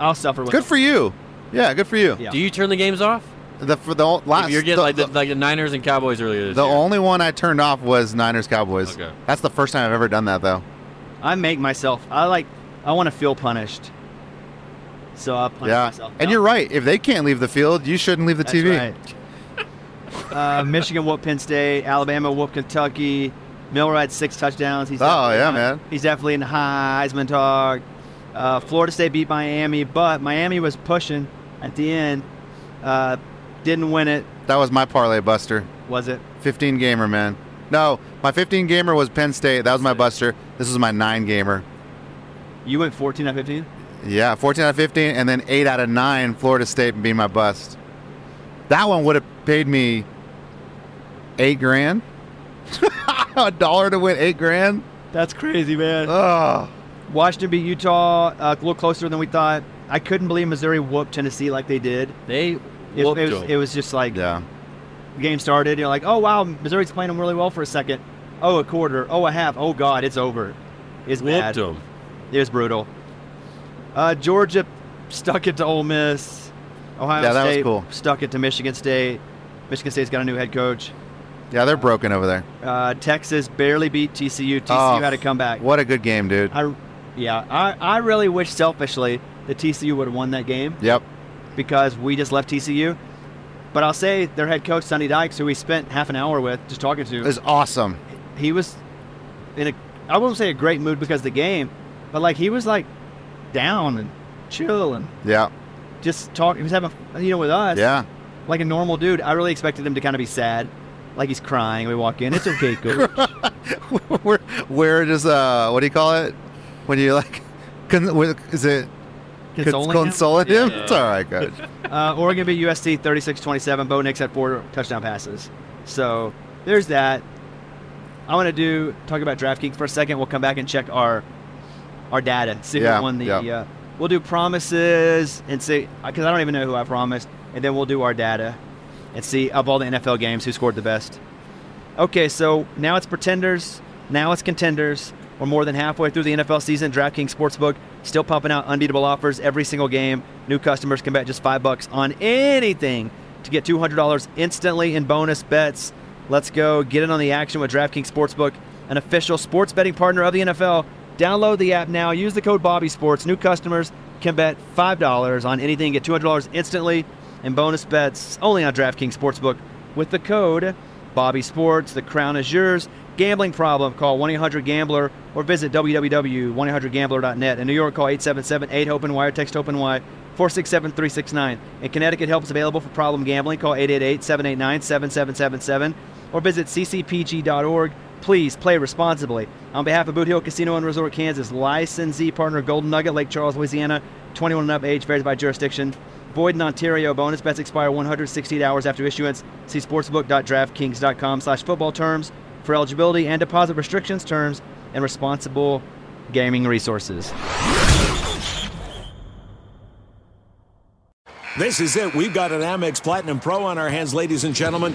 Speaker 3: I'll suffer with.
Speaker 4: Good for you. Yeah, good for you.
Speaker 3: Yeah.
Speaker 5: Do you turn the games off?
Speaker 4: The for the ol- last
Speaker 5: If you're
Speaker 4: the,
Speaker 5: getting like the,
Speaker 4: the-
Speaker 5: like the Niners and Cowboys earlier this
Speaker 4: the
Speaker 5: year.
Speaker 4: only one I turned off was Niners Cowboys.
Speaker 5: Okay.
Speaker 4: That's the first time I've ever done that though.
Speaker 3: I make myself. I like. I want to feel punished. So I punish
Speaker 4: yeah.
Speaker 3: myself.
Speaker 4: And you're right. If they can't leave the field, you shouldn't leave the
Speaker 3: That's right.
Speaker 4: TV.
Speaker 3: uh, Michigan whooped Penn State. Alabama whooped Kentucky. Milroy had six touchdowns. He's
Speaker 4: Oh,
Speaker 3: definitely
Speaker 4: yeah,
Speaker 3: in-
Speaker 4: man.
Speaker 3: He's definitely in Heisman talk. Uh, Florida State beat Miami, but Miami was pushing at the end. Uh, didn't win it.
Speaker 4: That was my parlay buster.
Speaker 3: Was it?
Speaker 4: 15 gamer, man. No, my 15 gamer was Penn State. That was my buster. This was my 9 gamer.
Speaker 3: You went 14 out of 15?
Speaker 4: Yeah, 14 out of 15 and then 8 out of 9 Florida State being my bust. That one would have paid me 8 grand. *laughs* A dollar to win 8 grand?
Speaker 3: That's crazy, man.
Speaker 4: Oh.
Speaker 3: Washington beat Utah uh, a little closer than we thought. I couldn't believe Missouri whooped Tennessee like they did.
Speaker 5: They
Speaker 3: It,
Speaker 5: whooped
Speaker 3: it was,
Speaker 5: them.
Speaker 3: it was just like
Speaker 4: Yeah.
Speaker 3: game started, you're like, oh wow, Missouri's playing them really well for a second. Oh, a quarter. Oh, a half. Oh God, it's over. It's bad.
Speaker 5: Whooped him.
Speaker 3: It was brutal. Uh, Georgia stuck it to Ole Miss. Ohio
Speaker 4: Yeah, that was
Speaker 3: State
Speaker 4: cool.
Speaker 3: stuck it to Michigan State. Michigan State's got a new head coach.
Speaker 4: Yeah, they're broken over there.
Speaker 3: Uh, Texas barely beat TCU. TCU
Speaker 4: Oh,
Speaker 3: had to come back.
Speaker 4: What a good game, dude.
Speaker 3: I, yeah, I, I really wish selfishly that TCU would have won that game
Speaker 4: Yep.
Speaker 3: because we just left TCU. But I'll say their head coach Sonny Dykes, who we spent half an hour with just talking to,
Speaker 4: It was awesome.
Speaker 3: he was in a I won't say a great mood because of the game, but like he was like down and chill and
Speaker 4: Yeah.
Speaker 3: just talking. He was having you know with us,
Speaker 4: Yeah. *laughs*
Speaker 3: like a normal dude. I really expected him to kind of be sad, like he's crying. We walk in, it's okay, coach.
Speaker 4: where, where does, uh, what do you call it? When you like, *laughs* con- with- is it
Speaker 3: Consoling him?
Speaker 4: consoling him? It's all right, coach.
Speaker 3: Uh, Oregon beat USC 36-27. Bo Nix had four touchdown passes. So there's that. I want to do talk about DraftKings for a second. We'll come back and check our our data. See
Speaker 4: Yeah,
Speaker 3: who won the.
Speaker 4: yeah.
Speaker 3: Uh, we'll do promises and see because I don't even know who I promised, and then we'll do our data and see of all the NFL games who scored the best. Okay, so now it's pretenders. Now it's contenders. We're more than halfway through the NFL season. DraftKings Sportsbook still pumping out unbeatable offers every single game. New customers can bet just five bucks on anything to get two hundred dollars instantly in bonus bets. Let's go get in on the action with DraftKings Sportsbook, an official sports betting partner of the NFL. Download the app now. Use the code Bobby Sports. New customers can bet five dollars on anything, get two hundred dollars instantly in bonus bets only on DraftKings Sportsbook with the code Bobby Sports, the crown is yours. Gambling problem, call 1 800 Gambler or visit www.1800Gambler.net. In New York, call 877 8 Open Wire, text Open Y 467 369. In Connecticut, help is available for problem gambling. Call 888 789 7777 or visit ccpg.org. Please play responsibly. On behalf of Boot Hill Casino and Resort, Kansas, licensee partner Golden Nugget, Lake Charles, Louisiana, 21 and up age varies by jurisdiction. Void in Ontario. Bonus bets expire 168 hours after issuance. See sportsbook.draftkings.com slash football terms for eligibility and deposit restrictions, terms, and responsible gaming resources.
Speaker 6: This is it. We've got an Amex Platinum Pro on our hands, ladies and gentlemen.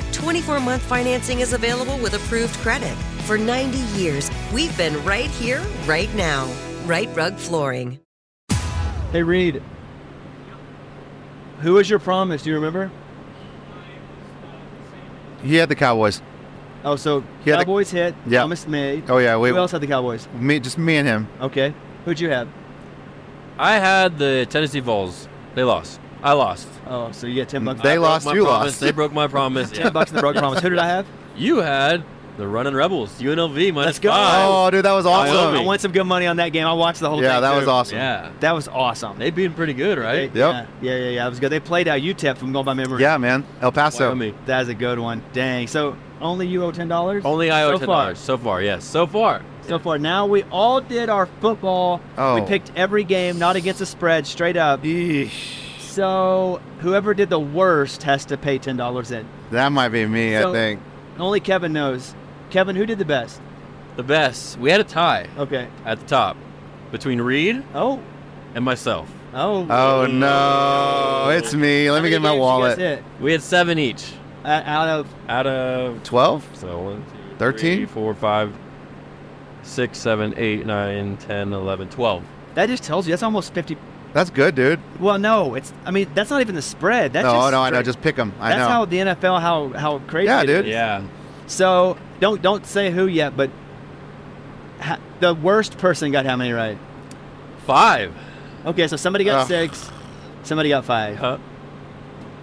Speaker 1: 24 month financing is available with approved credit. For 90 years, we've been right here, right now. Right Rug Flooring.
Speaker 3: Hey, Reed. Who was your promise? Do you remember?
Speaker 4: He had the Cowboys.
Speaker 3: Oh, so
Speaker 4: Yeah, the-
Speaker 3: Cowboys hit.
Speaker 4: Yeah.
Speaker 3: Thomas made.
Speaker 4: Oh, yeah, wait.
Speaker 3: Who else had the Cowboys?
Speaker 4: Me, just me and him.
Speaker 3: Okay. Who'd you have?
Speaker 5: I had the Tennessee Vols. They lost. I lost.
Speaker 3: Oh, so you get 10 bucks.
Speaker 4: They
Speaker 5: I broke
Speaker 3: *laughs*
Speaker 4: lost,
Speaker 5: my
Speaker 4: you
Speaker 5: promise.
Speaker 4: lost.
Speaker 5: They broke my promise.
Speaker 3: 10 bucks in the broken promise. Who did I have?
Speaker 5: You had the running rebels. UNLV minus
Speaker 3: Let's go.
Speaker 5: five.
Speaker 4: Oh, dude, that was
Speaker 5: Wyoming.
Speaker 3: I
Speaker 4: awesome.
Speaker 3: won some good money on that game. I watched the whole
Speaker 4: Yeah,
Speaker 3: thing.
Speaker 4: that was
Speaker 3: too.
Speaker 4: awesome.
Speaker 5: Yeah,
Speaker 3: That was awesome.
Speaker 5: they've been pretty good, right?
Speaker 4: They- Yep.
Speaker 3: Yeah, yeah, yeah. That was good. They played out UTEP from going by memory.
Speaker 4: Yeah, man. El Paso.
Speaker 5: Wyoming.
Speaker 3: That's a good one. Dang. So only you owe ten dollars.
Speaker 5: Only I owe
Speaker 3: so
Speaker 5: ten
Speaker 3: far.
Speaker 5: dollars so far. Yes, so far.
Speaker 3: So far, now we all did our football. We
Speaker 4: Oh.
Speaker 3: picked every game, not against a spread, straight up. So whoever did the worst has to pay ten dollars in.
Speaker 4: That might be me,
Speaker 3: So-
Speaker 4: I think.
Speaker 3: Only Kevin knows. Kevin, who did the best?
Speaker 5: The best. We had a tie
Speaker 3: Okay.
Speaker 5: at the top between Reed
Speaker 3: Oh,
Speaker 5: and myself.
Speaker 3: Oh.
Speaker 4: Oh no, it's me. Let me get my wallet.
Speaker 5: We had seven each
Speaker 3: Uh, out of
Speaker 5: out of
Speaker 4: 12?
Speaker 5: so one, two, three,
Speaker 4: 13?
Speaker 5: four, five, six, seven, eight, nine, 10, 11, 12.
Speaker 3: that just tells you that's almost fifty.
Speaker 4: That's good, dude.
Speaker 3: Well, no, it's. I mean, that's not even the spread. That's
Speaker 4: no,
Speaker 3: just
Speaker 4: no, I know.
Speaker 3: straight-
Speaker 4: Just pick them. I
Speaker 3: that's
Speaker 4: know.
Speaker 3: how the NFL how how crazy.
Speaker 4: Yeah,
Speaker 3: it
Speaker 4: dude.
Speaker 3: is.
Speaker 5: Yeah.
Speaker 3: So don't don't say who yet, but ha- the worst person got how many right?
Speaker 5: Five.
Speaker 3: Okay, so somebody got
Speaker 4: Ugh.
Speaker 3: six, somebody got five.
Speaker 5: Huh?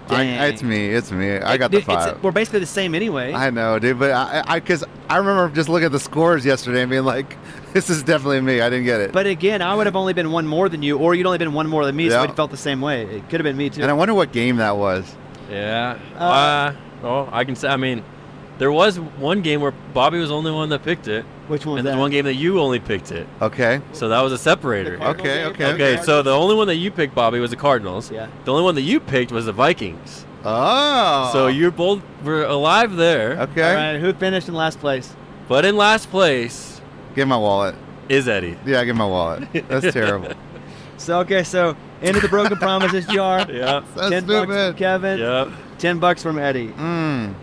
Speaker 4: I,
Speaker 3: Dang.
Speaker 4: it's me. It's me. I got
Speaker 3: Dude,
Speaker 4: the
Speaker 3: it's-
Speaker 4: five.
Speaker 3: we're basically the same anyway.
Speaker 4: I know, dude. But I, I, because I remember just looking at the scores yesterday and being like, *laughs* "This is definitely me." I didn't get it.
Speaker 3: but again, I would have only been one more than you, or you'd only been one more than me, so
Speaker 4: Yeah.
Speaker 3: it felt the same way. It could have been me too.
Speaker 4: and I wonder what game that was.
Speaker 5: Yeah.
Speaker 3: Uh,
Speaker 5: Uh, oh, I can say. I mean, there was one game where Bobby was the only one that picked it,
Speaker 3: Which one was
Speaker 5: and there's
Speaker 3: that?
Speaker 5: one game that you only picked it.
Speaker 4: Okay.
Speaker 5: So that was a separator.
Speaker 3: Cardinals
Speaker 4: Okay,
Speaker 3: game?
Speaker 4: okay.
Speaker 5: Okay, so the only one that you picked, Bobby, was the Cardinals.
Speaker 3: Yeah.
Speaker 5: The only one that you picked was the Vikings.
Speaker 4: Oh.
Speaker 5: So you both were alive there.
Speaker 3: All
Speaker 4: Okay.
Speaker 3: right, who finished in last place?
Speaker 5: But in last place
Speaker 4: Give my wallet.
Speaker 5: is Eddie.
Speaker 4: Yeah, give my wallet.
Speaker 5: *laughs*
Speaker 4: That's terrible.
Speaker 3: So okay, so into the
Speaker 4: *laughs*
Speaker 3: broken promises jar.
Speaker 5: Yeah.
Speaker 4: That's
Speaker 3: Ten bucks from
Speaker 4: stupid.
Speaker 3: Kevin.
Speaker 5: Yep.
Speaker 3: Ten bucks from Eddie.
Speaker 4: Mm,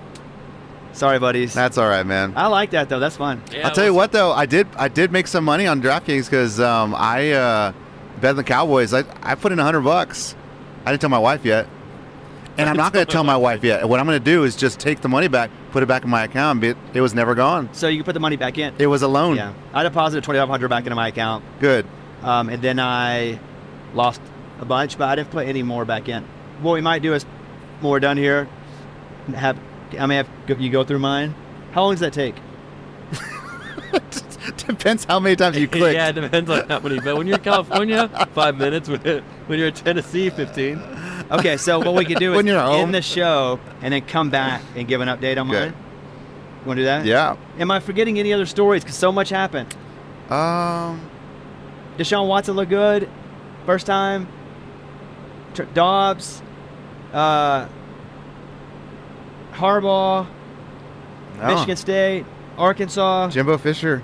Speaker 3: Sorry, buddies.
Speaker 4: that's all right, man.
Speaker 3: I like that though. That's fun.
Speaker 5: Yeah,
Speaker 4: I'll tell you
Speaker 5: well,
Speaker 4: what, though, I did I did make some money on DraftKings because um, I uh, bet on the Cowboys. I, I put in hundred bucks. I didn't tell my wife yet, and I'm not going to tell my wife yet. What I'm going to do is just take the money back, put it back in my account. It, it was never gone.
Speaker 3: So you can put the money back in.
Speaker 4: It was a loan.
Speaker 3: Yeah, I deposited twenty five hundred back into my account,
Speaker 4: Good. *laughs*
Speaker 3: um, and then I lost a bunch, but I didn't put any more back in. What we might do is, when we're done here, have I may have you go through mine. How long does that take?
Speaker 4: Depends how many times you click.
Speaker 5: Yeah, it depends on how many. But when
Speaker 3: *laughs*
Speaker 5: you're in California, five minutes. When when you're in Tennessee, fifteen.
Speaker 3: Okay, so what we could
Speaker 4: *laughs*
Speaker 3: do is
Speaker 4: When you're at
Speaker 3: end
Speaker 4: home.
Speaker 3: the show and then come back and give an update on
Speaker 4: Okay.
Speaker 3: mine. You want to do that?
Speaker 4: Yeah.
Speaker 3: Am I forgetting any other stories? Because so much happened.
Speaker 4: Um.
Speaker 3: Deshaun Watson looked good, first time. Tr- Dobbs, uh, Harbaugh,
Speaker 4: no.
Speaker 3: Michigan State, Arkansas.
Speaker 4: oh. Jimbo Fisher.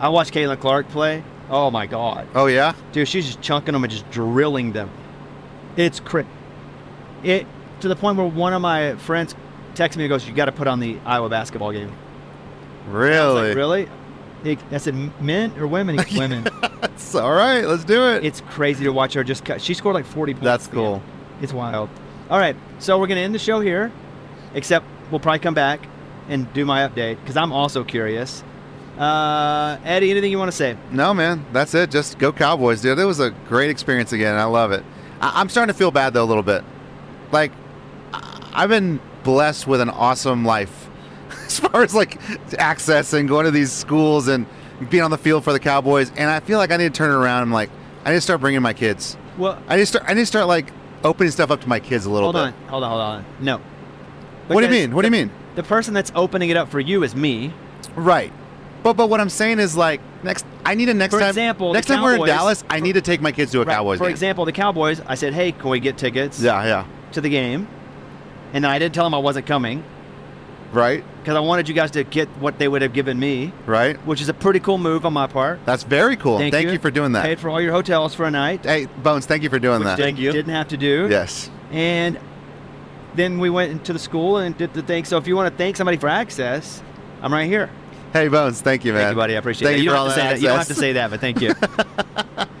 Speaker 3: I watched Caitlin Clark play. Oh my God,
Speaker 4: Oh yeah.
Speaker 3: dude, she's just chunking them and just drilling them. It's crit. It to the point where one of my friends texts me and goes, "You got to put on the Iowa basketball game." I was
Speaker 4: Really?
Speaker 3: like, really? He, I said, "Men or women?" He- women.
Speaker 4: That's all right. Let's do it.
Speaker 3: It's crazy to watch her just cut. She scored like 40 points.
Speaker 4: That's
Speaker 3: at the end.
Speaker 4: cool.
Speaker 3: It's wild. All right, so we're going to end the show here, except we'll probably come back and do my update because I'm also curious. Uh, Eddie, anything you want to say?
Speaker 4: No, man, that's it. Just go Cowboys, dude. It was a great experience again. I love it. I- I'm starting to feel bad though a little bit. Like, I- I've been blessed with an awesome life *laughs* as far as like access and going to these schools and being on the field for the Cowboys. And I feel like I need to turn it around. I'm like, I need to start bringing my kids.
Speaker 3: Well,
Speaker 4: I need to start. I need to start like opening stuff up to my kids a little
Speaker 3: hold on,
Speaker 4: bit.
Speaker 3: hold on, hold on. No.
Speaker 4: What do you
Speaker 3: Because
Speaker 4: mean? What do you mean?
Speaker 3: The person that's opening it up for you is me.
Speaker 4: Right. But but what I'm saying is like next. I need a next
Speaker 3: For
Speaker 4: time.
Speaker 3: example, the
Speaker 4: next time we're in
Speaker 3: Cowboys-
Speaker 4: Dallas, I need to take my kids to a
Speaker 3: Right,
Speaker 4: Cowboys
Speaker 3: for
Speaker 4: game.
Speaker 3: example, the Cowboys, I said, hey, can we get tickets
Speaker 4: yeah, yeah.
Speaker 3: to the game? And then I didn't tell them I wasn't coming
Speaker 4: Right.
Speaker 3: because I wanted you guys to get what they would have given me,
Speaker 4: Right.
Speaker 3: which is a pretty cool move on my part.
Speaker 4: That's very cool. Thank, you. for doing that.
Speaker 3: Paid for all your hotels for a night.
Speaker 4: hey, Bones, thank you for doing that.
Speaker 5: Thank you.
Speaker 3: Didn't have to do.
Speaker 4: Yes.
Speaker 3: And then we went into the school and did the thing. So if you want to thank somebody for access, I'm right here.
Speaker 4: Hey, Bones, thank you, man.
Speaker 3: Thank you, buddy. I appreciate
Speaker 4: Thank
Speaker 3: it.
Speaker 4: you
Speaker 3: don't
Speaker 4: for all
Speaker 3: have to say
Speaker 4: that
Speaker 3: that. You don't have to
Speaker 4: access.
Speaker 3: say that, but thank you.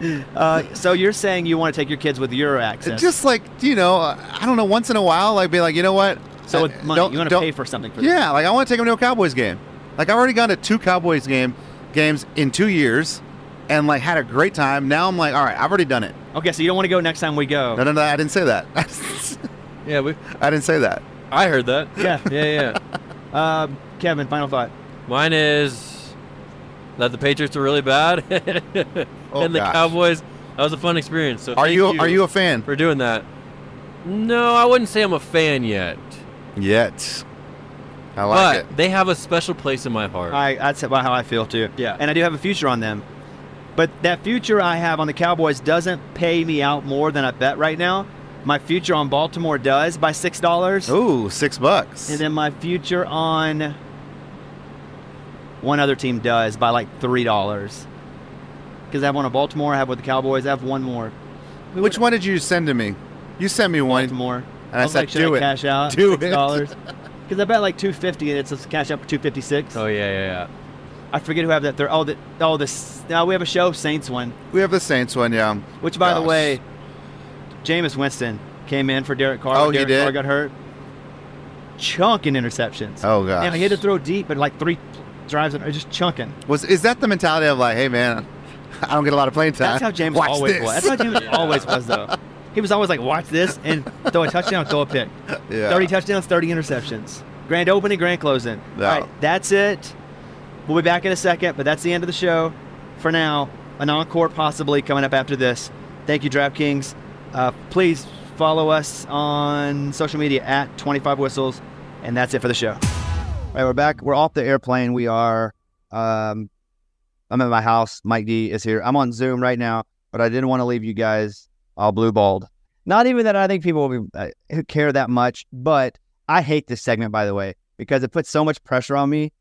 Speaker 4: *laughs*
Speaker 3: uh, so you're saying you want to take your kids with your access?
Speaker 4: Just like you know, I don't know. Once in a while, like be like, you know what?
Speaker 3: so
Speaker 4: Uh,
Speaker 3: with money,
Speaker 4: don't-
Speaker 3: you want to
Speaker 4: don't-
Speaker 3: pay for something for
Speaker 4: Yeah, like I want to take them to a Cowboys game. Like I've already gone to two Cowboys game games in two years, and like had a great time. Now I'm like, all right, I've already done it.
Speaker 3: Them. Okay, so you don't want to go next time we go.
Speaker 4: No, no, no, I didn't say that. *laughs*
Speaker 5: Yeah, we.
Speaker 4: I didn't say that.
Speaker 5: I heard that.
Speaker 3: Yeah.
Speaker 5: Yeah, yeah.
Speaker 3: Uh, Kevin, final thought.
Speaker 5: Mine is that the Patriots are really bad, *laughs*
Speaker 4: Oh,
Speaker 5: and the
Speaker 4: gosh.
Speaker 5: Cowboys. That was a fun experience. So
Speaker 4: Are
Speaker 5: thank
Speaker 4: you, are you a fan
Speaker 5: for doing that? No, I wouldn't say I'm a fan yet,
Speaker 4: yet? I like
Speaker 5: but they have a special place in my heart.
Speaker 3: I that's about how I feel too.
Speaker 5: Yeah.
Speaker 3: And I do have a future on them. But that future I have on the Cowboys doesn't pay me out more than I bet right now. My future on Baltimore does by six dollars.
Speaker 4: it. Ooh, six bucks.
Speaker 3: And then my future on one other team does by like three dollars. because I have one of Baltimore. I have with the Cowboys. I have one more.
Speaker 4: Which one did you send to me? You sent me one.
Speaker 3: Baltimore.
Speaker 4: And I
Speaker 3: was
Speaker 4: said,
Speaker 3: like, should
Speaker 4: "Do
Speaker 3: I
Speaker 4: it.
Speaker 3: cash out
Speaker 4: *laughs* Do
Speaker 3: six
Speaker 4: it."
Speaker 3: dollars because I bet like two fifty and it's a cash out for two fifty six.
Speaker 5: Oh yeah, yeah, yeah.
Speaker 3: I forget who have that third. Oh, the, oh, this. Now we have a show Saints one.
Speaker 4: We have the Saints one, yeah.
Speaker 3: Which, by the
Speaker 4: Gosh.
Speaker 3: way, Jameis Winston came in for Derek Carr.
Speaker 4: Oh,
Speaker 3: when
Speaker 4: he
Speaker 3: Derek
Speaker 4: did?
Speaker 3: Carr got hurt. Chunking interceptions.
Speaker 4: Oh, gosh.
Speaker 3: And he had to throw deep, but like three drives, and uh, just chunking.
Speaker 4: was is that the mentality of like, hey man, *laughs* I don't get a lot of playing time.
Speaker 3: That's how James
Speaker 4: Watch
Speaker 3: always
Speaker 4: this.
Speaker 3: was. That's how James always was, though. He was always like, watch this and throw a touchdown, throw a pick.
Speaker 4: *laughs* Yeah.
Speaker 3: 30 touchdowns, 30 interceptions. Grand opening, grand closing.
Speaker 4: Yeah.
Speaker 3: All right, that's it. We'll be back in a second, but that's the end of the show for now. An encore possibly coming up after this. Thank you, DraftKings. Uh, please follow us on social media at 25 Whistles, and that's it for the show. All right, we're back. We're off the airplane. We are um, I'm at my house. Mike D is here. I'm on Zoom right now, but I didn't want to leave you guys all blue balled. Not even that I think people will be, uh, who care that much, but I hate this segment, by the way, because it puts so much pressure on me.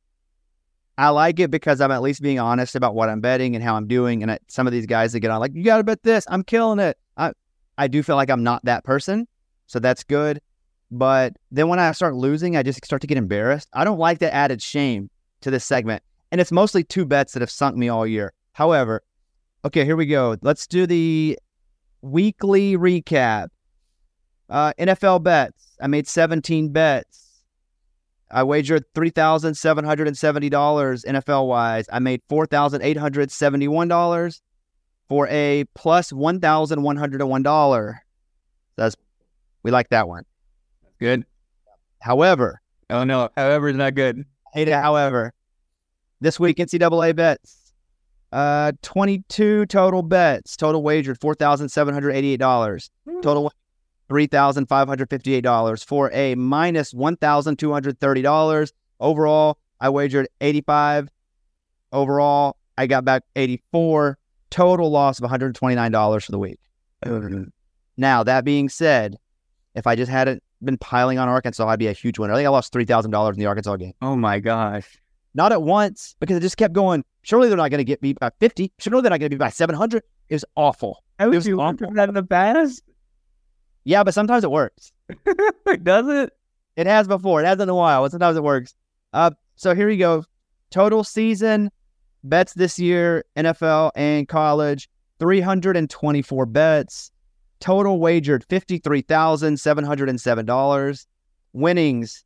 Speaker 3: I like it because I'm at least being honest about what I'm betting and how I'm doing. And I, some of these guys that get on, like, you got to bet this. I'm killing it. I, I do feel like I'm not that person. So that's good. But then when I start losing, I just start to get embarrassed. I don't like that added shame to this segment. And it's mostly two bets that have sunk me all year. However, okay, here we go. Let's do the weekly recap. Uh, NFL bets. I made 17 bets. I wagered $3,770 NFL wise. I made $4,871 for a plus $1,101. That's, we like that one.
Speaker 7: Good.
Speaker 3: However,
Speaker 7: Oh no. However, it's not good.
Speaker 3: hate it, however. This week, NCAA bets. Uh, 22 total bets. Total wagered $4,788. Total won- $3,558 for a minus $1,230. Overall, I wagered 85. Overall, I got back 84. Total loss of $129 for
Speaker 7: *clears throat*
Speaker 3: the week. now, that being said, if I just hadn't been piling on Arkansas, I'd be a huge winner. I think I lost $3,000 in the Arkansas game
Speaker 7: Oh my gosh.
Speaker 3: not at once because it just kept going. Surely they're not going to get beat by 50. Surely they're not going to be by 700. It was awful.
Speaker 7: I
Speaker 3: was
Speaker 7: you
Speaker 3: awful.
Speaker 7: that in the past?
Speaker 3: Yeah, but sometimes it works.
Speaker 7: *laughs* Does it?
Speaker 3: It has before. It has in a while, but sometimes it works. Uh, so here you go. Total season bets this year, NFL and college, 324 bets. Total wagered $53,707. Winnings,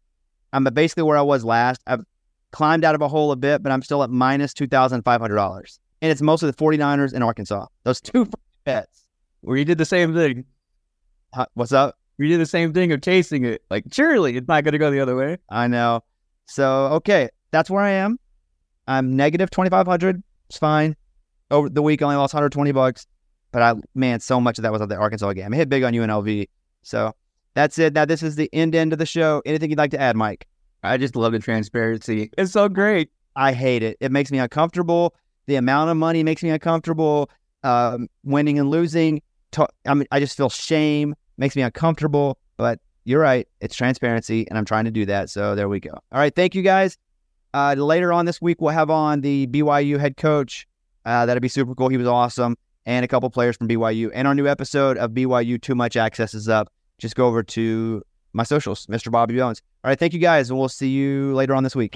Speaker 3: I'm at basically where I was last. I've climbed out of a hole a bit, but I'm still at minus $2,500. And it's mostly the 49ers and Arkansas. Those two *laughs* bets.
Speaker 7: Where you did the same thing.
Speaker 3: Huh, What's up?
Speaker 7: We did the same thing of chasing it. Like surely it's not going to go the other way.
Speaker 3: I know. So okay, that's where I am. I'm negative twenty five hundred. It's fine. Over the week, I only lost hundred twenty bucks. But I man, so much of that was at the Arkansas game. I hit big on UNLV. So that's it. Now this is the end end of the show. Anything you'd like to add, Mike?
Speaker 7: I just love the transparency. It's so great.
Speaker 3: I hate it. It makes me uncomfortable. The amount of money makes me uncomfortable. Um, winning and losing. To- I mean, I just feel shame. Makes me uncomfortable. But you're right. It's transparency, and I'm trying to do that. So there we go. All right. Thank you guys. Uh, later on this week, we'll have on the BYU head coach. Uh, that'd be super cool. He was awesome, and a couple players from BYU. And our new episode of BYU Too Much Access is up. Just go over to my socials, Mr. Bobby Bones. All right. Thank you guys, and we'll see you later on this week.